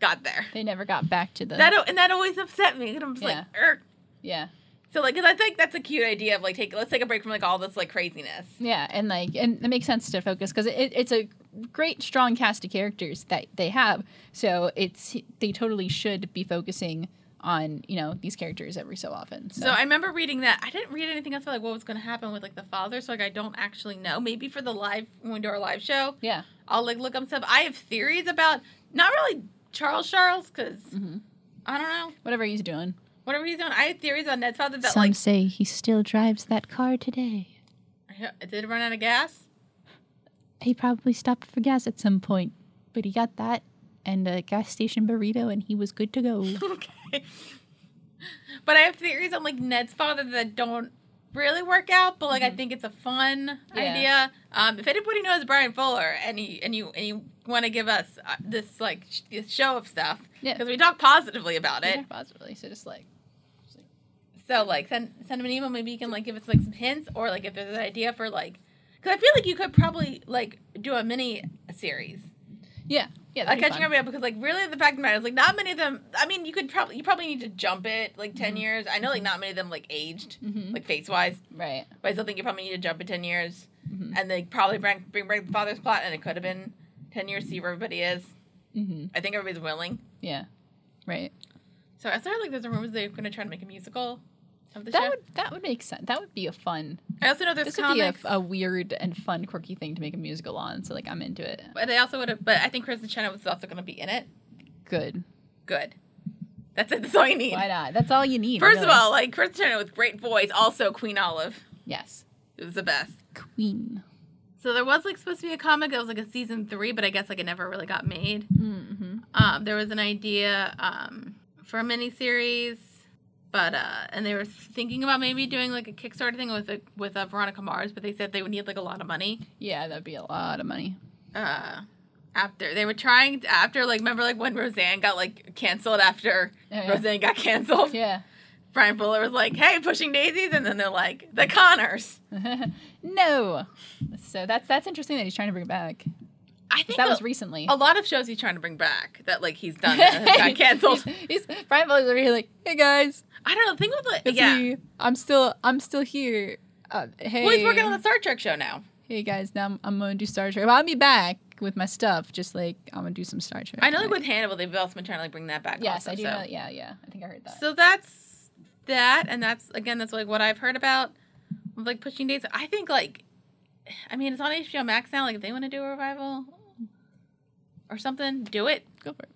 Speaker 1: got there.
Speaker 2: they never got back to the
Speaker 1: That al- and that always upset me. And I'm just like, "Er."
Speaker 2: yeah
Speaker 1: so like, 'cause I think that's a cute idea of like, take let's take a break from like all this like craziness.
Speaker 2: Yeah, and like, and it makes sense to focus because it, it's a great, strong cast of characters that they have. So it's they totally should be focusing on you know these characters every so often. So,
Speaker 1: So I remember reading that. I didn't read anything else about like what was going to happen with like the father. So like, I don't actually know. Maybe for the live when we do our live show,
Speaker 2: yeah,
Speaker 1: I'll like look up stuff. I have theories about not really Charles Charles because
Speaker 2: Mm-hmm.
Speaker 1: I don't know
Speaker 2: whatever he's doing.
Speaker 1: whatever he's doing. I have theories on Ned's father that
Speaker 2: Some
Speaker 1: like
Speaker 2: say he still drives that car today.
Speaker 1: did it run out of gas.
Speaker 2: He probably stopped for gas at some point, but he got that and a gas station burrito, and he was good
Speaker 1: [LAUGHS]
Speaker 2: to go.
Speaker 1: okay. But I have theories on like Ned's father that don't really work out, but like I think it's a fun
Speaker 2: Mm-hmm. Yeah.
Speaker 1: idea. Um, if anybody knows Brian Fuller and he and you and you want to give us uh, this like sh- this show of stuff
Speaker 2: Yeah.
Speaker 1: because we talk positively about it.
Speaker 2: Yeah, positively. So just like
Speaker 1: So like send send him an email. Maybe you can like give us like some hints or like if there's an idea for like because I feel like you could probably like do a mini series
Speaker 2: yeah, yeah.
Speaker 1: like
Speaker 2: that'd be
Speaker 1: catching
Speaker 2: fun.
Speaker 1: everybody up because like really the fact of the matter is like not many of them. I mean you could probably you probably need to jump it like
Speaker 2: Mm-hmm.
Speaker 1: 10 years. I know like not many of them like aged
Speaker 2: Mhm.
Speaker 1: like face wise,
Speaker 2: Right.
Speaker 1: but I still think you probably need to jump it 10 years
Speaker 2: Mhm.
Speaker 1: and they probably bring bring back the father's plot and it could have been 10 years. See where everybody is.
Speaker 2: Mm-hmm.
Speaker 1: I think everybody's willing.
Speaker 2: Yeah. Right.
Speaker 1: So I started like there's a rumors they're going to try to make a musical. Of the
Speaker 2: that
Speaker 1: show.
Speaker 2: would that would make sense. That would be a fun.
Speaker 1: I also know there's
Speaker 2: This would be a,
Speaker 1: comics.
Speaker 2: a weird and fun, quirky thing to make a musical on. So like, I'm into it.
Speaker 1: But they also would have. But I think Kristen Chenoweth was also going to be in it.
Speaker 2: Good.
Speaker 1: Good. That's it. That's all you need.
Speaker 2: Why not? That's all you need.
Speaker 1: First
Speaker 2: really.
Speaker 1: of all, like Kristen Chenoweth, great voice. Also Queen Olive
Speaker 2: yes,
Speaker 1: it was the best.
Speaker 2: Queen.
Speaker 1: So there was like supposed to be a comic that was like a season three, but I guess like it never really got made.
Speaker 2: Mm-hmm.
Speaker 1: Um, there was an idea um, for a miniseries, but uh, and they were thinking about maybe doing like a Kickstarter thing with a, with uh Veronica Mars, but they said they would need like a lot of money.
Speaker 2: Yeah, that'd be a lot of money.
Speaker 1: Uh, after they were trying to, after like remember like when Roseanne got like canceled after
Speaker 2: Oh, yeah.
Speaker 1: Roseanne got canceled.
Speaker 2: Yeah. [LAUGHS]
Speaker 1: Brian Fuller was like, "Hey, pushing daisies," and then they're like, "The Connors."
Speaker 2: no. So that's that's interesting that he's trying to bring it back. 'Cause
Speaker 1: I think
Speaker 2: That
Speaker 1: a,
Speaker 2: was recently. [LAUGHS]
Speaker 1: a lot of shows he's trying to bring back that like he's oh, done that have got canceled.
Speaker 2: he's, he's Brian Fuller's over here like, hey guys,
Speaker 1: I don't know. Think of the
Speaker 2: it's
Speaker 1: yeah.
Speaker 2: me. I'm still I'm still here. Uh, hey,
Speaker 1: Well, he's working on the Star Trek show now.
Speaker 2: hey guys, now I'm, I'm gonna do Star Trek. Well, I'll be back with my stuff. Just like I'm gonna do some Star Trek.
Speaker 1: I know like
Speaker 2: Like,
Speaker 1: with Hannibal, they've also been trying to like bring that back.
Speaker 2: yes,
Speaker 1: also,
Speaker 2: I do.
Speaker 1: so.
Speaker 2: Know, yeah, yeah. I think I heard that.
Speaker 1: So that's that, and that's again, that's like what I've heard about, like pushing dates. I think like, I mean, it's on HBO Max now. Like, if they want to do a revival or something, do it.
Speaker 2: Go for it.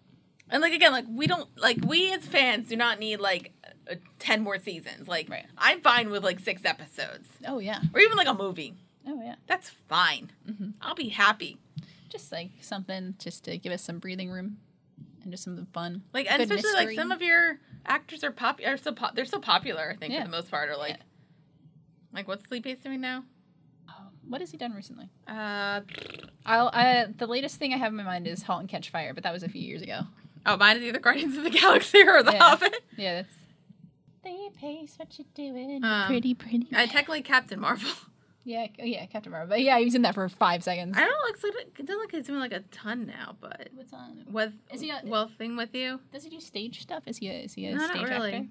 Speaker 1: And like again, like we don't like we as fans do not need like uh, ten more seasons. Like
Speaker 2: Right.
Speaker 1: I'm fine with like six episodes
Speaker 2: Oh yeah.
Speaker 1: or even like a movie.
Speaker 2: Oh yeah.
Speaker 1: That's fine.
Speaker 2: Mhm.
Speaker 1: I'll be happy.
Speaker 2: Just like something, just to give us some breathing room, and just something fun.
Speaker 1: Like and
Speaker 2: Good
Speaker 1: especially like
Speaker 2: mystery.
Speaker 1: some of your actors are pop are so pop they're so popular. I think
Speaker 2: Yeah.
Speaker 1: for the most part are like
Speaker 2: Yeah.
Speaker 1: like what's Lee Pace doing now?
Speaker 2: Oh, what has he done recently?
Speaker 1: Uh,
Speaker 2: I'll, I, the latest thing I have in my mind is *Halt and Catch Fire*, but that was a few years ago.
Speaker 1: oh, mine is either Guardians of the [LAUGHS] Galaxy or The
Speaker 2: Yeah.
Speaker 1: Hobbit.
Speaker 2: Yeah, that's. They pace what you doing.
Speaker 1: Um,
Speaker 2: pretty, pretty.
Speaker 1: I technically Captain Marvel. [LAUGHS]
Speaker 2: yeah, oh, yeah, Captain Marvel. But yeah, he was in that for five seconds.
Speaker 1: I don't look like it doesn't look like he's doing like a ton now, but
Speaker 2: What's on?
Speaker 1: with
Speaker 2: Is he on-
Speaker 1: well thing with you.
Speaker 2: Does he do stage stuff? Is he a, is he a
Speaker 1: No,
Speaker 2: stage
Speaker 1: not really.
Speaker 2: actor?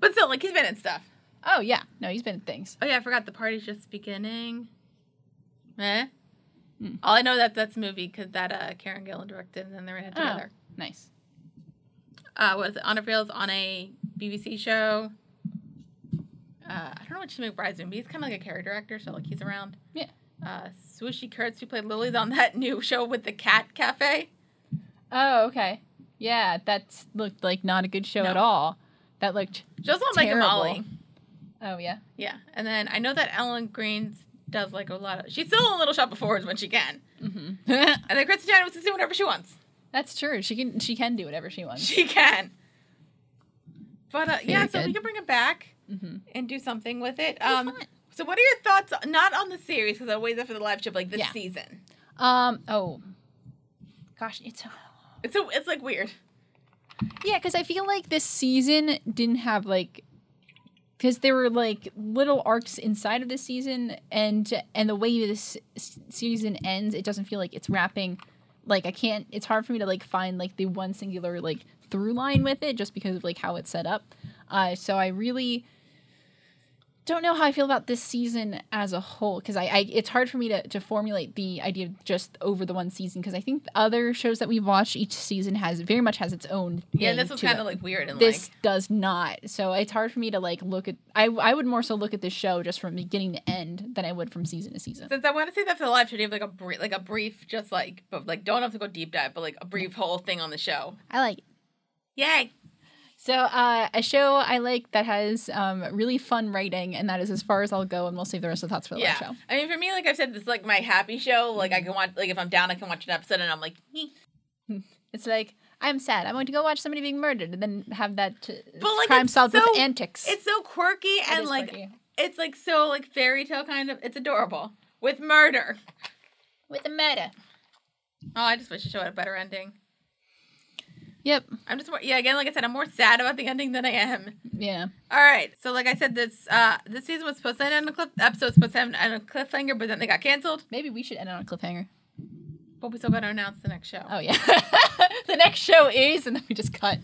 Speaker 1: But still, like he's been in stuff.
Speaker 2: Oh yeah, no, he's been in things.
Speaker 1: Oh yeah, I forgot the party's just beginning. Eh.
Speaker 2: Hmm.
Speaker 1: All I know that that's a movie because that uh, Karen Gillan directed, and then they were in it
Speaker 2: Oh.
Speaker 1: together.
Speaker 2: Nice.
Speaker 1: Uh, what is it? Anna Friel's on a BBC show. Uh, I don't know what she's McBride's doing, but he's kind of like a character actor, so like he's around.
Speaker 2: Yeah.
Speaker 1: Uh, Swooshy Kurtz, who played Lily's on that [LAUGHS] new show with the Cat Cafe.
Speaker 2: Oh okay. Yeah, that looked like not a good show
Speaker 1: No.
Speaker 2: at all. That looked.
Speaker 1: She also on Mike and
Speaker 2: Terrible.
Speaker 1: Molly.
Speaker 2: Oh yeah.
Speaker 1: Yeah, and then I know that Ellen Green does like a lot of. She's still in Little Shop of Horrors when she can,
Speaker 2: hmm
Speaker 1: and then Kristen Chenoweth is doing whatever she wants.
Speaker 2: [LAUGHS] That's true. She can she can do whatever
Speaker 1: [LAUGHS]
Speaker 2: she wants.
Speaker 1: She can. But uh, yeah,
Speaker 2: Very
Speaker 1: so we
Speaker 2: good.
Speaker 1: can bring it back
Speaker 2: Mm-hmm.
Speaker 1: and do something with it.
Speaker 2: Um,
Speaker 1: Um, so what are your thoughts? Not on the series because I waited for the live show, but, like this
Speaker 2: Yeah.
Speaker 1: season.
Speaker 2: um. Oh. Gosh, it's
Speaker 1: It's so it's like weird.
Speaker 2: Yeah, because I feel like this season didn't have like, because there were like little arcs inside of the season, and and the way this s- season ends, it doesn't feel like it's wrapping. Like I can't. It's hard for me to like find like the one singular like through line with it, just because of like how it's set up. Uh, so I really don't know how I feel about this season as a whole because I, I it's hard for me to, to formulate the idea of just over the one season because I think the other shows that we've watched each season has very much has its own
Speaker 1: Yeah,
Speaker 2: thing
Speaker 1: this was
Speaker 2: to
Speaker 1: kind
Speaker 2: it.
Speaker 1: of like weird and
Speaker 2: this
Speaker 1: like
Speaker 2: does not so it's hard for me to like look at I I would more so look at this show just from beginning to end than I would from season to season
Speaker 1: since I want to say that for the live show, do you have like a brief, like a brief, just like but like don't have to go deep dive, but like a brief whole thing on the show.
Speaker 2: I like it.
Speaker 1: Yay!
Speaker 2: so uh, a show I like that has um, really fun writing and that is as far as I'll go and we'll save the rest of the thoughts for the
Speaker 1: Yeah,
Speaker 2: last show
Speaker 1: I mean for me, like I've said, this is like my happy show. Like I can watch, like if I'm down, I can watch an episode, and I'm like, "Eh."
Speaker 2: It's like I'm sad. I'm going to go watch somebody being murdered, and then have that t-
Speaker 1: But, like,
Speaker 2: crime
Speaker 1: it's
Speaker 2: solved with
Speaker 1: so-
Speaker 2: antics.
Speaker 1: It's so quirky
Speaker 2: It
Speaker 1: and
Speaker 2: is
Speaker 1: like
Speaker 2: quirky.
Speaker 1: it's like so like fairy tale kind of. It's adorable with murder.
Speaker 2: with the meta.
Speaker 1: Oh, I just wish the show had a better ending.
Speaker 2: Yep.
Speaker 1: I'm just more yeah. Again, like I said, I'm more sad about the ending than I am.
Speaker 2: Yeah.
Speaker 1: All right. So like I said, this uh this season was supposed to end on a cliff. Episode was supposed to end on a cliffhanger, but then they got canceled.
Speaker 2: Maybe we should end on a cliffhanger.
Speaker 1: But we still got to announce the next show.
Speaker 2: Oh yeah. [LAUGHS] the next show is, and then we just cut.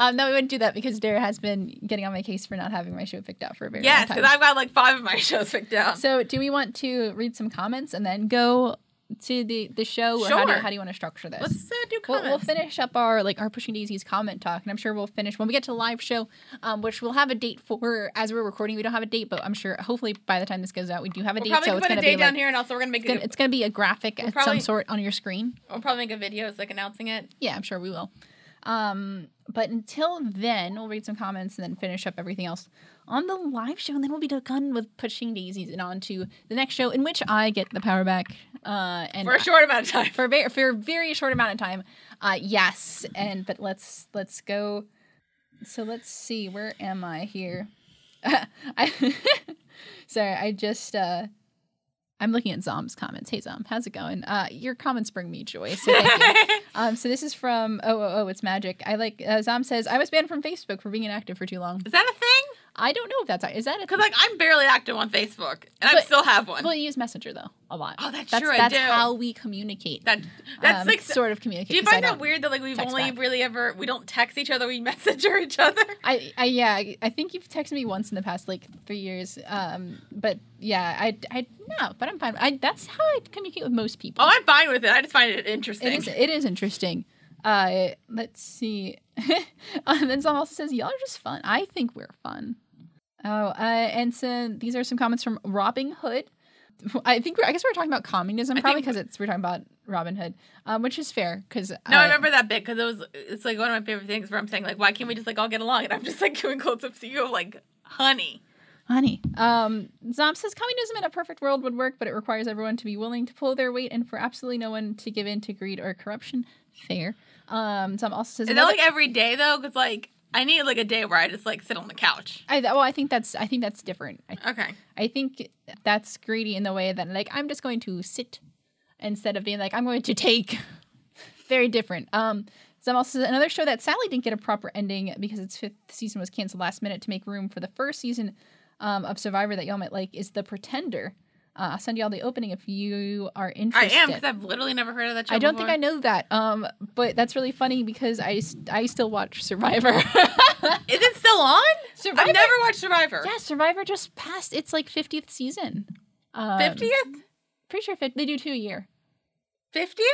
Speaker 2: Um, no, we wouldn't do that because Dara has been getting on my case for not having my show picked out for a very
Speaker 1: yes,
Speaker 2: long
Speaker 1: because
Speaker 2: time.
Speaker 1: I've got like five of my [LAUGHS] shows picked down.
Speaker 2: so, do we want to read some comments and then go to the the show, or how do,
Speaker 1: Sure.
Speaker 2: how do you want to structure this?
Speaker 1: Let's uh, do
Speaker 2: We'll,
Speaker 1: comments.
Speaker 2: we'll finish up our like our pushing daisies comment talk, and I'm sure we'll finish when we get to the live show, um, which we'll have a date for as we're recording. We don't have a date, but I'm sure hopefully by the time this goes out, we do have a
Speaker 1: We'll
Speaker 2: date.
Speaker 1: probably
Speaker 2: so it's
Speaker 1: put
Speaker 2: gonna
Speaker 1: a
Speaker 2: be
Speaker 1: day down
Speaker 2: like,
Speaker 1: here, and also we're gonna make
Speaker 2: It's gonna,
Speaker 1: a,
Speaker 2: it's gonna be a graphic at some
Speaker 1: probably-
Speaker 2: sort on your screen.
Speaker 1: we'll probably make a video it's like announcing it.
Speaker 2: Yeah, I'm sure we will. Um, but until then, we'll read some comments and then finish up everything else on the live show, and then we'll be done with pushing daisies and on to the next show, in which I get the power back. Uh, and
Speaker 1: for a short amount of time. [LAUGHS]
Speaker 2: for a very for a very short amount of time. Uh, yes, and but let's let's go. So let's see. Where am I here? [LAUGHS] I, [LAUGHS] sorry, I just uh, I'm looking at Zom's comments. Hey Zom, how's it going? Uh, your comments bring me joy.
Speaker 1: [LAUGHS]
Speaker 2: So thank you. Um, so this is from oh oh oh, it's magic. I like uh, Zom says I was banned from Facebook for being inactive for too long.
Speaker 1: Is that a thing?
Speaker 2: I don't know if that's is that a
Speaker 1: Because like I'm barely active on Facebook, and I
Speaker 2: But-
Speaker 1: still have one.
Speaker 2: Well, you use Messenger though a lot.
Speaker 1: Oh, that's
Speaker 2: that's,
Speaker 1: true, I
Speaker 2: That's
Speaker 1: do.
Speaker 2: how we communicate.
Speaker 1: that that's
Speaker 2: um,
Speaker 1: like. so-
Speaker 2: sort of communicate.
Speaker 1: do you
Speaker 2: 'cause I
Speaker 1: find that
Speaker 2: don't-
Speaker 1: weird that like we've
Speaker 2: text
Speaker 1: only
Speaker 2: back.
Speaker 1: really ever we don't text each other, we [LAUGHS] messenger each other?
Speaker 2: I, I yeah, I- I think you've texted me once in the past like three years. Um, but yeah, I I no, but I'm fine. I that's how I communicate with most people.
Speaker 1: Oh, I'm fine with it. I just find it interesting.
Speaker 2: it is it is interesting. Uh, let's see. [LAUGHS] and then someone also says y'all are just fun. I think we're fun. Oh, uh, and so these are some comments from Robin Hood. I think we're, I guess we're talking about communism
Speaker 1: I
Speaker 2: probably
Speaker 1: think-
Speaker 2: because it's we're talking about Robin Hood, um, which is fair because
Speaker 1: no, I remember that bit because it was it's like one of my favorite things where I'm saying like, why can't we just like all get along? And I'm just like [LAUGHS] doing close ups to you, like, honey.
Speaker 2: Honey. Um, Zom says communism in a perfect world would work, but it requires everyone to be willing to pull their weight and for absolutely no one to give in to greed or corruption. Fair. Um, Zom also says,
Speaker 1: Is that
Speaker 2: another-
Speaker 1: like every day though? Because like I need like a day where I just like sit on the couch.
Speaker 2: I, well, I think that's I think that's different. I,
Speaker 1: Okay.
Speaker 2: I think that's greedy in the way that like I'm just going to sit instead of being like I'm going to take. [LAUGHS] Very different. Um, Zom also says another show that sadly didn't get a proper ending because its fifth season was canceled last minute to make room for the first season um, of Survivor that y'all might like is The Pretender. Uh, I'll send y'all the opening if you are
Speaker 1: I
Speaker 2: interested.
Speaker 1: am because I've literally never heard of that show.
Speaker 2: I don't think I
Speaker 1: before.
Speaker 2: know that, um, but that's really funny because I, s- I still watch Survivor.
Speaker 1: Is it still on?
Speaker 2: Survivor.
Speaker 1: I've never watched Survivor.
Speaker 2: [LAUGHS] yeah, Survivor just passed its like 50th season. Um,
Speaker 1: Fiftieth,
Speaker 2: Pretty sure 50, they do two a year.
Speaker 1: fiftieth.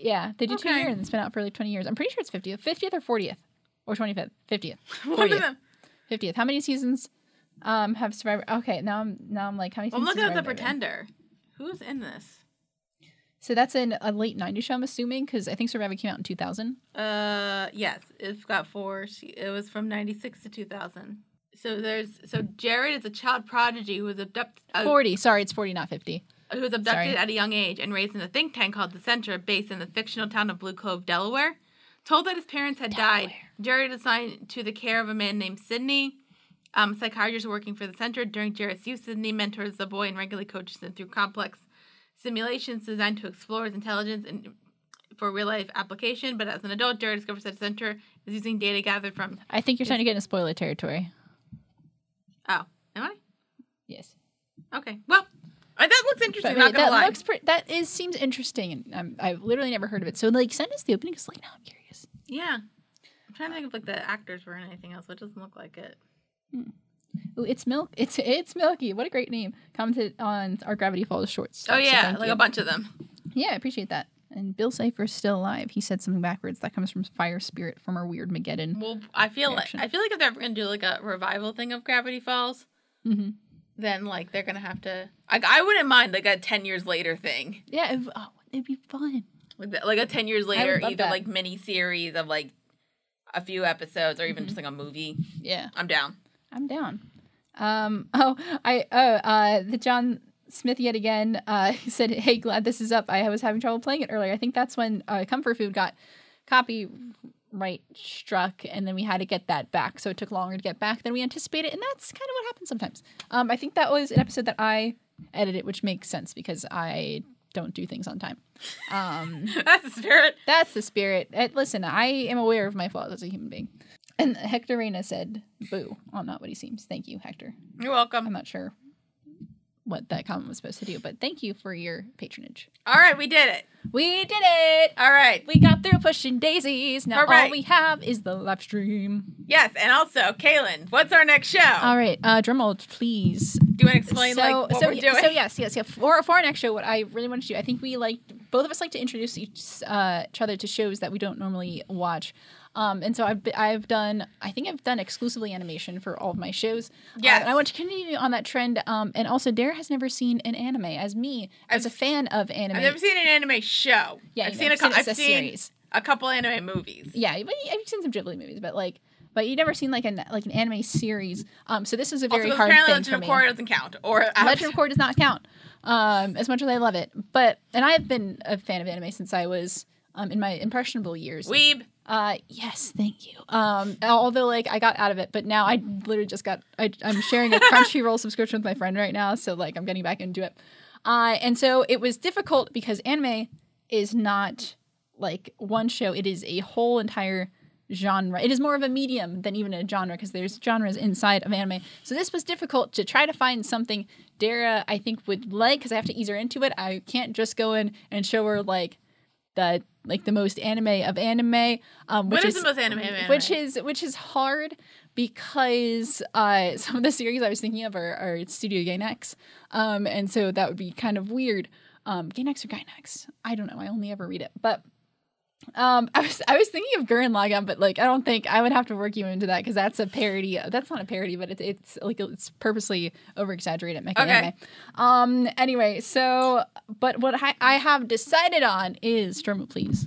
Speaker 2: Yeah, they do two a
Speaker 1: Okay.
Speaker 2: year and it's been out for like 20 years. I'm pretty sure it's 50th, 50th or 40th or 25th, 50th,
Speaker 1: [LAUGHS] One of
Speaker 2: 40th,
Speaker 1: them.
Speaker 2: 50th. How many seasons um, have Survivor? Okay, now I'm now I'm like how many?
Speaker 1: I'm
Speaker 2: seasons
Speaker 1: looking
Speaker 2: has
Speaker 1: at the
Speaker 2: Survivor been?
Speaker 1: Pretender. Who's in this?
Speaker 2: So that's in a late 90s show, I'm assuming, because I think Survivor came out in 2000.
Speaker 1: Uh, yes, it's got four. She, it was from '96 to 2000. So there's so Jared is a child prodigy who was abducted. Uh,
Speaker 2: 40. Sorry, it's 40, not 50.
Speaker 1: who was abducted
Speaker 2: Sorry.
Speaker 1: at a young age and raised in a think tank called the Center, based in the fictional town of Blue Cove, Delaware. Told that his parents had died, Jared is assigned to the care of a man named Sidney. Um, psychiatrist working for the center during Jared's youth, Sidney mentors the boy and regularly coaches him through complex simulations designed to explore his intelligence and for real life application. But as an adult, Jared discovers that the center is using data gathered from.
Speaker 2: I think you're starting to get into spoiler territory.
Speaker 1: Oh, am
Speaker 2: Yes.
Speaker 1: I? Okay. Well, uh, that looks interesting.
Speaker 2: But
Speaker 1: not
Speaker 2: wait,
Speaker 1: gonna
Speaker 2: that
Speaker 1: lie.
Speaker 2: looks pre- that is seems interesting, and um, I've literally never heard of it. So like, send us the opening because like now I'm curious.
Speaker 1: Yeah. I'm trying to think if like the actors were in anything else, but it doesn't look like it.
Speaker 2: Ooh, it's milk. [LAUGHS] It's it's Milky. What a great name. Commented on our Gravity Falls shorts.
Speaker 1: Oh
Speaker 2: so
Speaker 1: yeah,
Speaker 2: thank
Speaker 1: like
Speaker 2: you.
Speaker 1: a bunch of them.
Speaker 2: Yeah, I appreciate that. And Bill Cipher's still alive. He said something backwards. That comes from Fire Spirit from our Weird Mageddon.
Speaker 1: Well, I feel
Speaker 2: Reaction.
Speaker 1: like I feel like if they're ever gonna do like a revival thing of Gravity Falls,
Speaker 2: hmm
Speaker 1: then like they're gonna have to. Like I wouldn't mind like a ten years later thing,
Speaker 2: Yeah, it, oh, it'd be fun.
Speaker 1: like the, like a ten years later
Speaker 2: love
Speaker 1: either
Speaker 2: that.
Speaker 1: like mini series of like a few episodes or even
Speaker 2: Mm-hmm.
Speaker 1: just like a movie.
Speaker 2: Yeah,
Speaker 1: I'm down. [LAUGHS]
Speaker 2: I'm down. Um. [LAUGHS] Oh, I. Oh, uh, the John Smith yet [LAUGHS] again. Uh, he said, "Hey, glad this is up. I was having trouble playing it earlier. I think that's when uh, Comfort Food got copyright struck, and then we had to get that back. So it took longer to get back than we anticipated, and that's kind of what happens sometimes. Um, I think that was an episode that I edited, which makes sense because I don't do things on time. Um,
Speaker 1: That's the spirit.
Speaker 2: That's the spirit. Uh, listen, I am aware of my flaws as a human being. And Hector Reyna said, boo. I'm not what he seems. Thank you, Hector.
Speaker 1: You're
Speaker 2: I'm
Speaker 1: welcome.
Speaker 2: not sure what that comment was supposed to do, but thank you for your patronage.
Speaker 1: All right, we did it.
Speaker 2: We did it!
Speaker 1: All right.
Speaker 2: We got through pushing daisies. Now
Speaker 1: All right.
Speaker 2: all we have is the live stream.
Speaker 1: Yes, and also, Kaylin, what's our next show?
Speaker 2: All right, uh, drumroll, please.
Speaker 1: Do you want to explain like what
Speaker 2: so,
Speaker 1: we're doing?
Speaker 2: So yes, yes, yeah. For for our next show, what I really want to do, I think we like both of us like to introduce each, uh, each other to shows that we don't normally watch. Um, and so I've be- I've done I think I've done exclusively animation for all of my shows. Um,
Speaker 1: Yes.
Speaker 2: and I want to continue on that trend. Um, and also Dare has never seen an anime. As me, as,
Speaker 1: I've-
Speaker 2: a fan of anime,
Speaker 1: I've never seen an anime show.
Speaker 2: yeah,
Speaker 1: I've
Speaker 2: you
Speaker 1: seen
Speaker 2: know,
Speaker 1: a, cou-
Speaker 2: it's
Speaker 1: I've
Speaker 2: a
Speaker 1: seen
Speaker 2: series.
Speaker 1: a couple anime movies.
Speaker 2: Yeah, but you- I've seen some Ghibli movies, but like, but you've never seen like an like an anime series. Um, so this is a very
Speaker 1: Also,
Speaker 2: hard
Speaker 1: apparently,
Speaker 2: thing
Speaker 1: Legend
Speaker 2: for
Speaker 1: of
Speaker 2: me.
Speaker 1: Korra doesn't count. Or
Speaker 2: Legend of Korra does not count. Um, as much as I love it, but and I have been a fan of anime since I was um, in my impressionable years.
Speaker 1: Weeb.
Speaker 2: uh, yes, thank you. Um, although like I got out of it, but now I literally just got. I, I'm sharing a Crunchyroll subscription with my friend right now, so like I'm getting back into it. Uh, and so it was difficult because anime is not like one show; it is a whole entire genre. It is more of a medium than even a genre because there's genres inside of anime. So this was difficult to try to find something Dara I think would like because I have to ease her into it. I can't just go in and show her like the like the most anime of anime. Um, which
Speaker 1: What is the most anime of anime?
Speaker 2: Which is which is hard because uh, [LAUGHS] some of the series I was thinking of are, are Studio Gainax, um, and so that would be kind of weird. Um, Gainax or Gainax? I don't know. I only ever read it, but. Um, I was I was thinking of Gurren Lagann, but like I don't think I would have to work you into that because that's a parody. That's not a parody, but it's it's like it's purposely over exaggerated. Making
Speaker 1: Okay.
Speaker 2: anime. Um. Anyway, so but what I, I have decided on is drum, please.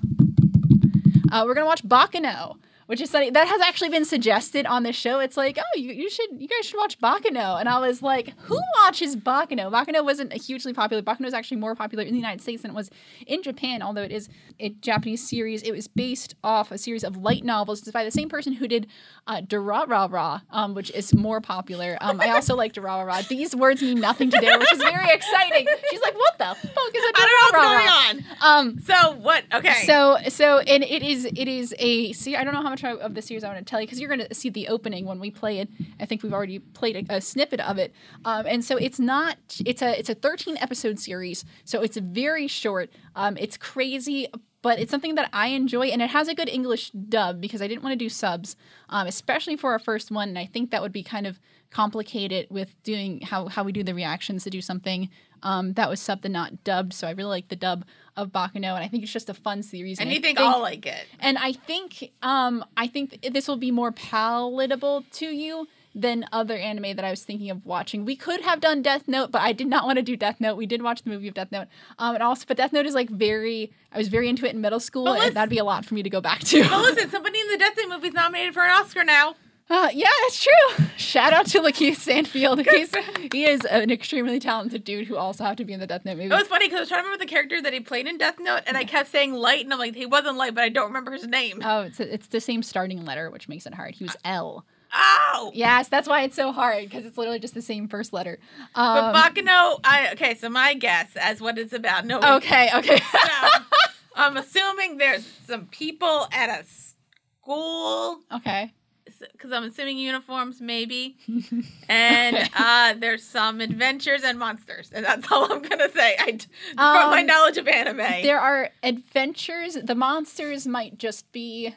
Speaker 2: Uh, we're gonna watch Bacano, which is something that has actually been suggested on this show. It's like, oh, you, you should, you guys should watch Bacano, and I was like, who watches Bacano? Bacano wasn't hugely popular. Bacano is actually more popular in the United States than it was in Japan, although it is a Japanese series. It was based off a series of light novels It's by the same person who did uh, Durarara, um, which is more popular. Um, I also like Durarara. These words mean nothing to Dara, which is very exciting. She's like, what the fuck is a
Speaker 1: I don't know
Speaker 2: Durarara?
Speaker 1: what's going on.
Speaker 2: Um,
Speaker 1: So what? Okay.
Speaker 2: so so and it is it is a see I don't know how much of the series I want to tell you because you're going to see the opening when we play it. I think we've already played a, a snippet of it, um, and so it's not it's a it's a 13 episode series, so it's very short. Um, it's crazy. But it's something that I enjoy, and it has a good English dub because I didn't want to do subs, um, especially for our first one. And I think that would be kind of complicated with doing how, how we do the reactions to do something um, that was subbed and not dubbed. So I really like the dub of Bacano, and I think it's just a fun series.
Speaker 1: and
Speaker 2: I
Speaker 1: you think, I'll like it?
Speaker 2: and I think um, I think th- this will be more palatable to you than other anime that I was thinking of watching. We could have done Death Note, but I did not want to do Death Note. We did watch the movie of Death Note, um, and also, but Death Note is like very. I was very into it in middle school,
Speaker 1: let's-
Speaker 2: and that'd be a lot for me to go back to.
Speaker 1: But listen, somebody in the Death Note movie's nominated for an Oscar now.
Speaker 2: [LAUGHS] Uh, yeah, it's true. Shout out to
Speaker 1: [LAUGHS]
Speaker 2: Lakeith Sandfield. He's, he is an extremely talented dude who also happened to be in the Death Note movie.
Speaker 1: It was funny because I was trying to remember the character that he played in Death Note, and I kept saying Light, and I'm like, he wasn't Light, but I don't remember his name.
Speaker 2: Oh, it's, it's the same starting letter, which makes it hard. He was L.
Speaker 1: oh,
Speaker 2: Yes, that's why it's so hard because it's literally just the same first letter. Um,
Speaker 1: but Bacano. I okay. So my guess as what it's about. No. one
Speaker 2: okay, okay.
Speaker 1: knows. I'm assuming there's some people at a school
Speaker 2: okay.
Speaker 1: because I'm assuming uniforms maybe,
Speaker 2: [LAUGHS]
Speaker 1: and uh, there's some adventures and monsters, and that's all I'm gonna say. I d from my
Speaker 2: Um,
Speaker 1: knowledge of anime,
Speaker 2: There are adventures. The monsters might just be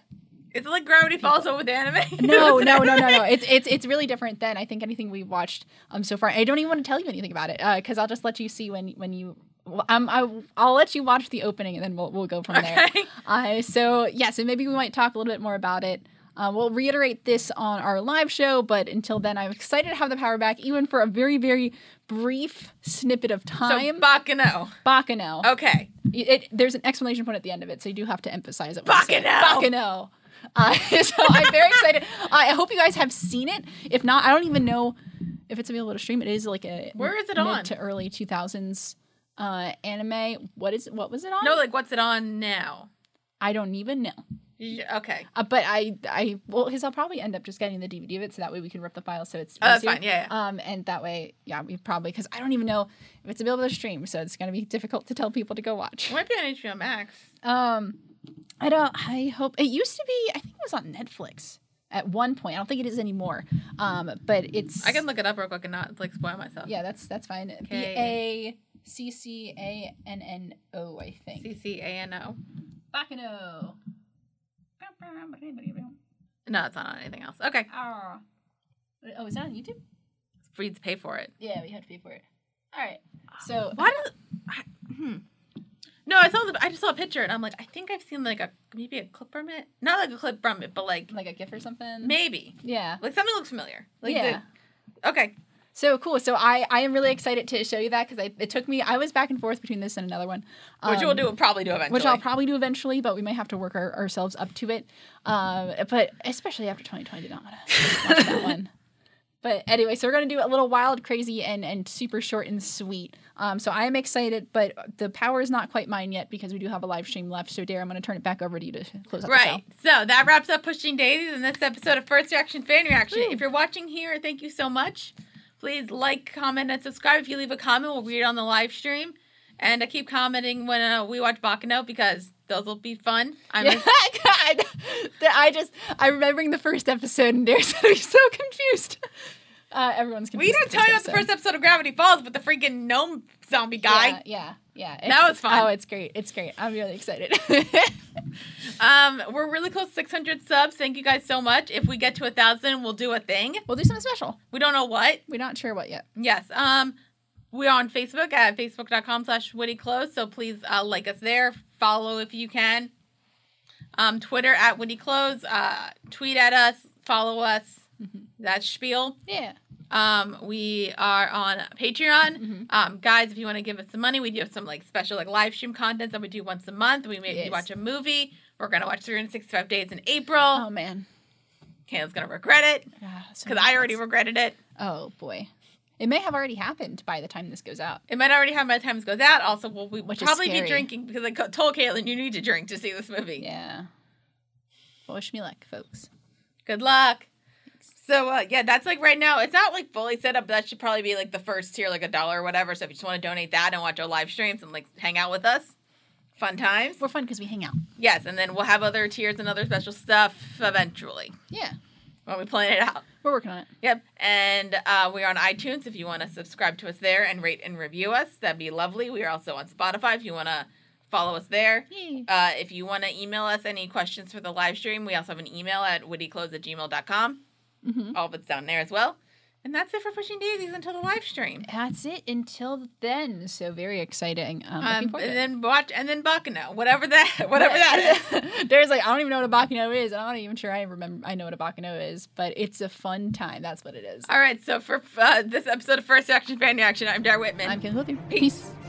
Speaker 1: is it like Gravity Falls over the anime?
Speaker 2: no,
Speaker 1: It's
Speaker 2: no,
Speaker 1: anime.
Speaker 2: no, no, no. It's it's it's really different than I think anything we've watched um so far. I don't even want to tell you anything about it because I'll just let you see when when you well, um I I'll let you watch the opening and then we'll we'll go from there.
Speaker 1: [LAUGHS] Okay.
Speaker 2: Uh, so yeah, so maybe we might talk a little bit more about it. Uh, we'll reiterate this on our live show, but until then, I'm excited to have the power back, even for a very, very brief snippet of
Speaker 1: So Oh.
Speaker 2: time.
Speaker 1: Bacano.
Speaker 2: Bacano.
Speaker 1: Okay.
Speaker 2: It, it- there's an exclamation point at the end of it, so you do have to emphasize it.
Speaker 1: Fucking hell.
Speaker 2: Bacano. Uh, [LAUGHS] so I'm very excited. I hope you guys have seen it. If not, I don't even know if it's available to stream. It is like a
Speaker 1: Where is it
Speaker 2: mid
Speaker 1: on?
Speaker 2: to early 2000s uh, anime. What is what was it on?
Speaker 1: No, like what's it on now?
Speaker 2: I don't even know.
Speaker 1: Yeah, Okay.
Speaker 2: Uh, but I, I, well, because I'll probably end up just getting the DVD of it, so that way we can rip the file, so it's
Speaker 1: Oh, that's
Speaker 2: easier.
Speaker 1: fine. Yeah, yeah.
Speaker 2: Um, and that way, yeah, we probably because I don't even know if it's available to stream, so it's gonna be difficult to tell people to go watch.
Speaker 1: It might be on HBO Max.
Speaker 2: Um, I don't. I hope it used to be. I think it was on Netflix at one point. I don't think it is anymore. Um, but it's
Speaker 1: I can look it up real quick and not like spoil myself.
Speaker 2: Yeah, that's that's fine. B
Speaker 1: Okay.
Speaker 2: a c c a n n o. I think.
Speaker 1: C C A N O.
Speaker 2: Bacano.
Speaker 1: No, it's not on anything else. Okay.
Speaker 2: Ah. Oh, is that on YouTube?
Speaker 1: Free to pay for it.
Speaker 2: Yeah, we have to pay for it. All right. So
Speaker 1: Why does I, hmm. No, I saw the I just saw a picture and I'm like, I think I've seen like a maybe a clip from it. Not like a clip from it, but like
Speaker 2: like a GIF or something.
Speaker 1: maybe.
Speaker 2: Yeah.
Speaker 1: Like something looks familiar. Like
Speaker 2: Yeah.
Speaker 1: the, Okay.
Speaker 2: So cool. So I I am really excited to show you that because it took me I was back and forth between this and another one.
Speaker 1: Which
Speaker 2: Um,
Speaker 1: we'll do we'll probably do eventually.
Speaker 2: Which I'll probably do eventually, but we may have to work our, ourselves up to it. Um, but especially after 2020, did not want to watch that one. But anyway, so we're gonna do a little wild, crazy, and and super short and sweet. Um, so I am excited, but the power is not quite mine yet because we do have a live stream left. So Dare, I'm gonna turn it back over to you to close out the show.
Speaker 1: [LAUGHS] Right. So that wraps up Pushing Daisies in this episode of First Reaction Fan Reaction. If you're watching here, thank you so much. Please like, comment, and subscribe. If you leave a comment, we'll read it on the live stream. And uh, keep commenting when uh, we watch Bacano because those will be fun. I'm
Speaker 2: [LAUGHS] Yeah, God. That- I just I'm remembering the first episode, and [LAUGHS] Dare's gonna be so confused. Uh, everyone's
Speaker 1: we
Speaker 2: confused.
Speaker 1: didn't
Speaker 2: with
Speaker 1: tell you about the
Speaker 2: episode.
Speaker 1: first episode of Gravity Falls with the freaking gnome zombie guy.
Speaker 2: Yeah, yeah, yeah.
Speaker 1: That
Speaker 2: It's-
Speaker 1: was fun.
Speaker 2: Oh, it's great. It's great. I'm really excited. [LAUGHS]
Speaker 1: Um, we're really close to 600 subs. Thank you guys so much. If we get to a thousand, we'll do a thing.
Speaker 2: we'll do something special.
Speaker 1: We don't know what.
Speaker 2: We're not sure what yet.
Speaker 1: Yes. Um, we're on Facebook at facebook.com slash witty close. So please uh, like us there. Follow if you can. Um, Twitter at witty close. Uh, tweet at us. Follow us. That spiel.
Speaker 2: Yeah.
Speaker 1: Um, we are on Patreon.
Speaker 2: Mm-hmm.
Speaker 1: Um, guys, if you want to give us some money, we do have some like special like live stream content that we do once a month. We maybe
Speaker 2: Yes.
Speaker 1: watch a movie. We're gonna watch 365 days in April.
Speaker 2: Oh man.
Speaker 1: Kayla's gonna regret it
Speaker 2: Ah,
Speaker 1: because I already regretted it.
Speaker 2: Oh boy. It may have already happened by the time this goes out.
Speaker 1: It might already have by the time this goes out. Also, we'll we
Speaker 2: Which is
Speaker 1: probably be
Speaker 2: scary.
Speaker 1: drinking because I co- told Caitlin you need to drink to see this movie.
Speaker 2: Yeah. Well, wish me luck, folks.
Speaker 1: Good luck. So uh, yeah, that's like right now. It's not like fully set up. But that should probably be like the first tier, like a dollar or whatever. So if you just want to donate that and watch our live streams and like hang out with us, fun times.
Speaker 2: We're fun because we hang out.
Speaker 1: Yes, and then we'll have other tiers and other special stuff eventually
Speaker 2: Yeah.
Speaker 1: when we plan it out.
Speaker 2: We're working on it.
Speaker 1: Yep. And uh, we're on iTunes if you want to subscribe to us there and rate and review us. That'd be lovely. We are also on Spotify if you want to follow us there.
Speaker 2: Yay.
Speaker 1: Uh, if you want to email us any questions for the live stream, we also have an email at wittyclothes at gmail.com.
Speaker 2: Mm-hmm.
Speaker 1: All of it's down there as well. And that's it for Pushing Daisies until the live stream.
Speaker 2: That's it until then. So very exciting. Um, looking
Speaker 1: Um,
Speaker 2: forward to
Speaker 1: and
Speaker 2: [LAUGHS] it.
Speaker 1: then watch, and then Bacano, whatever that, [LAUGHS] whatever that is.
Speaker 2: [LAUGHS] There's like I don't even know what a Bacano is. I'm not even sure I remember I know what a Bacano is, but it's a fun time. That's what it is.
Speaker 1: All right, so for uh, this episode of First Action Fan Reaction, I'm Dar Whitman.
Speaker 2: I'm Kim Hilfiger.
Speaker 1: Peace.
Speaker 2: Peace.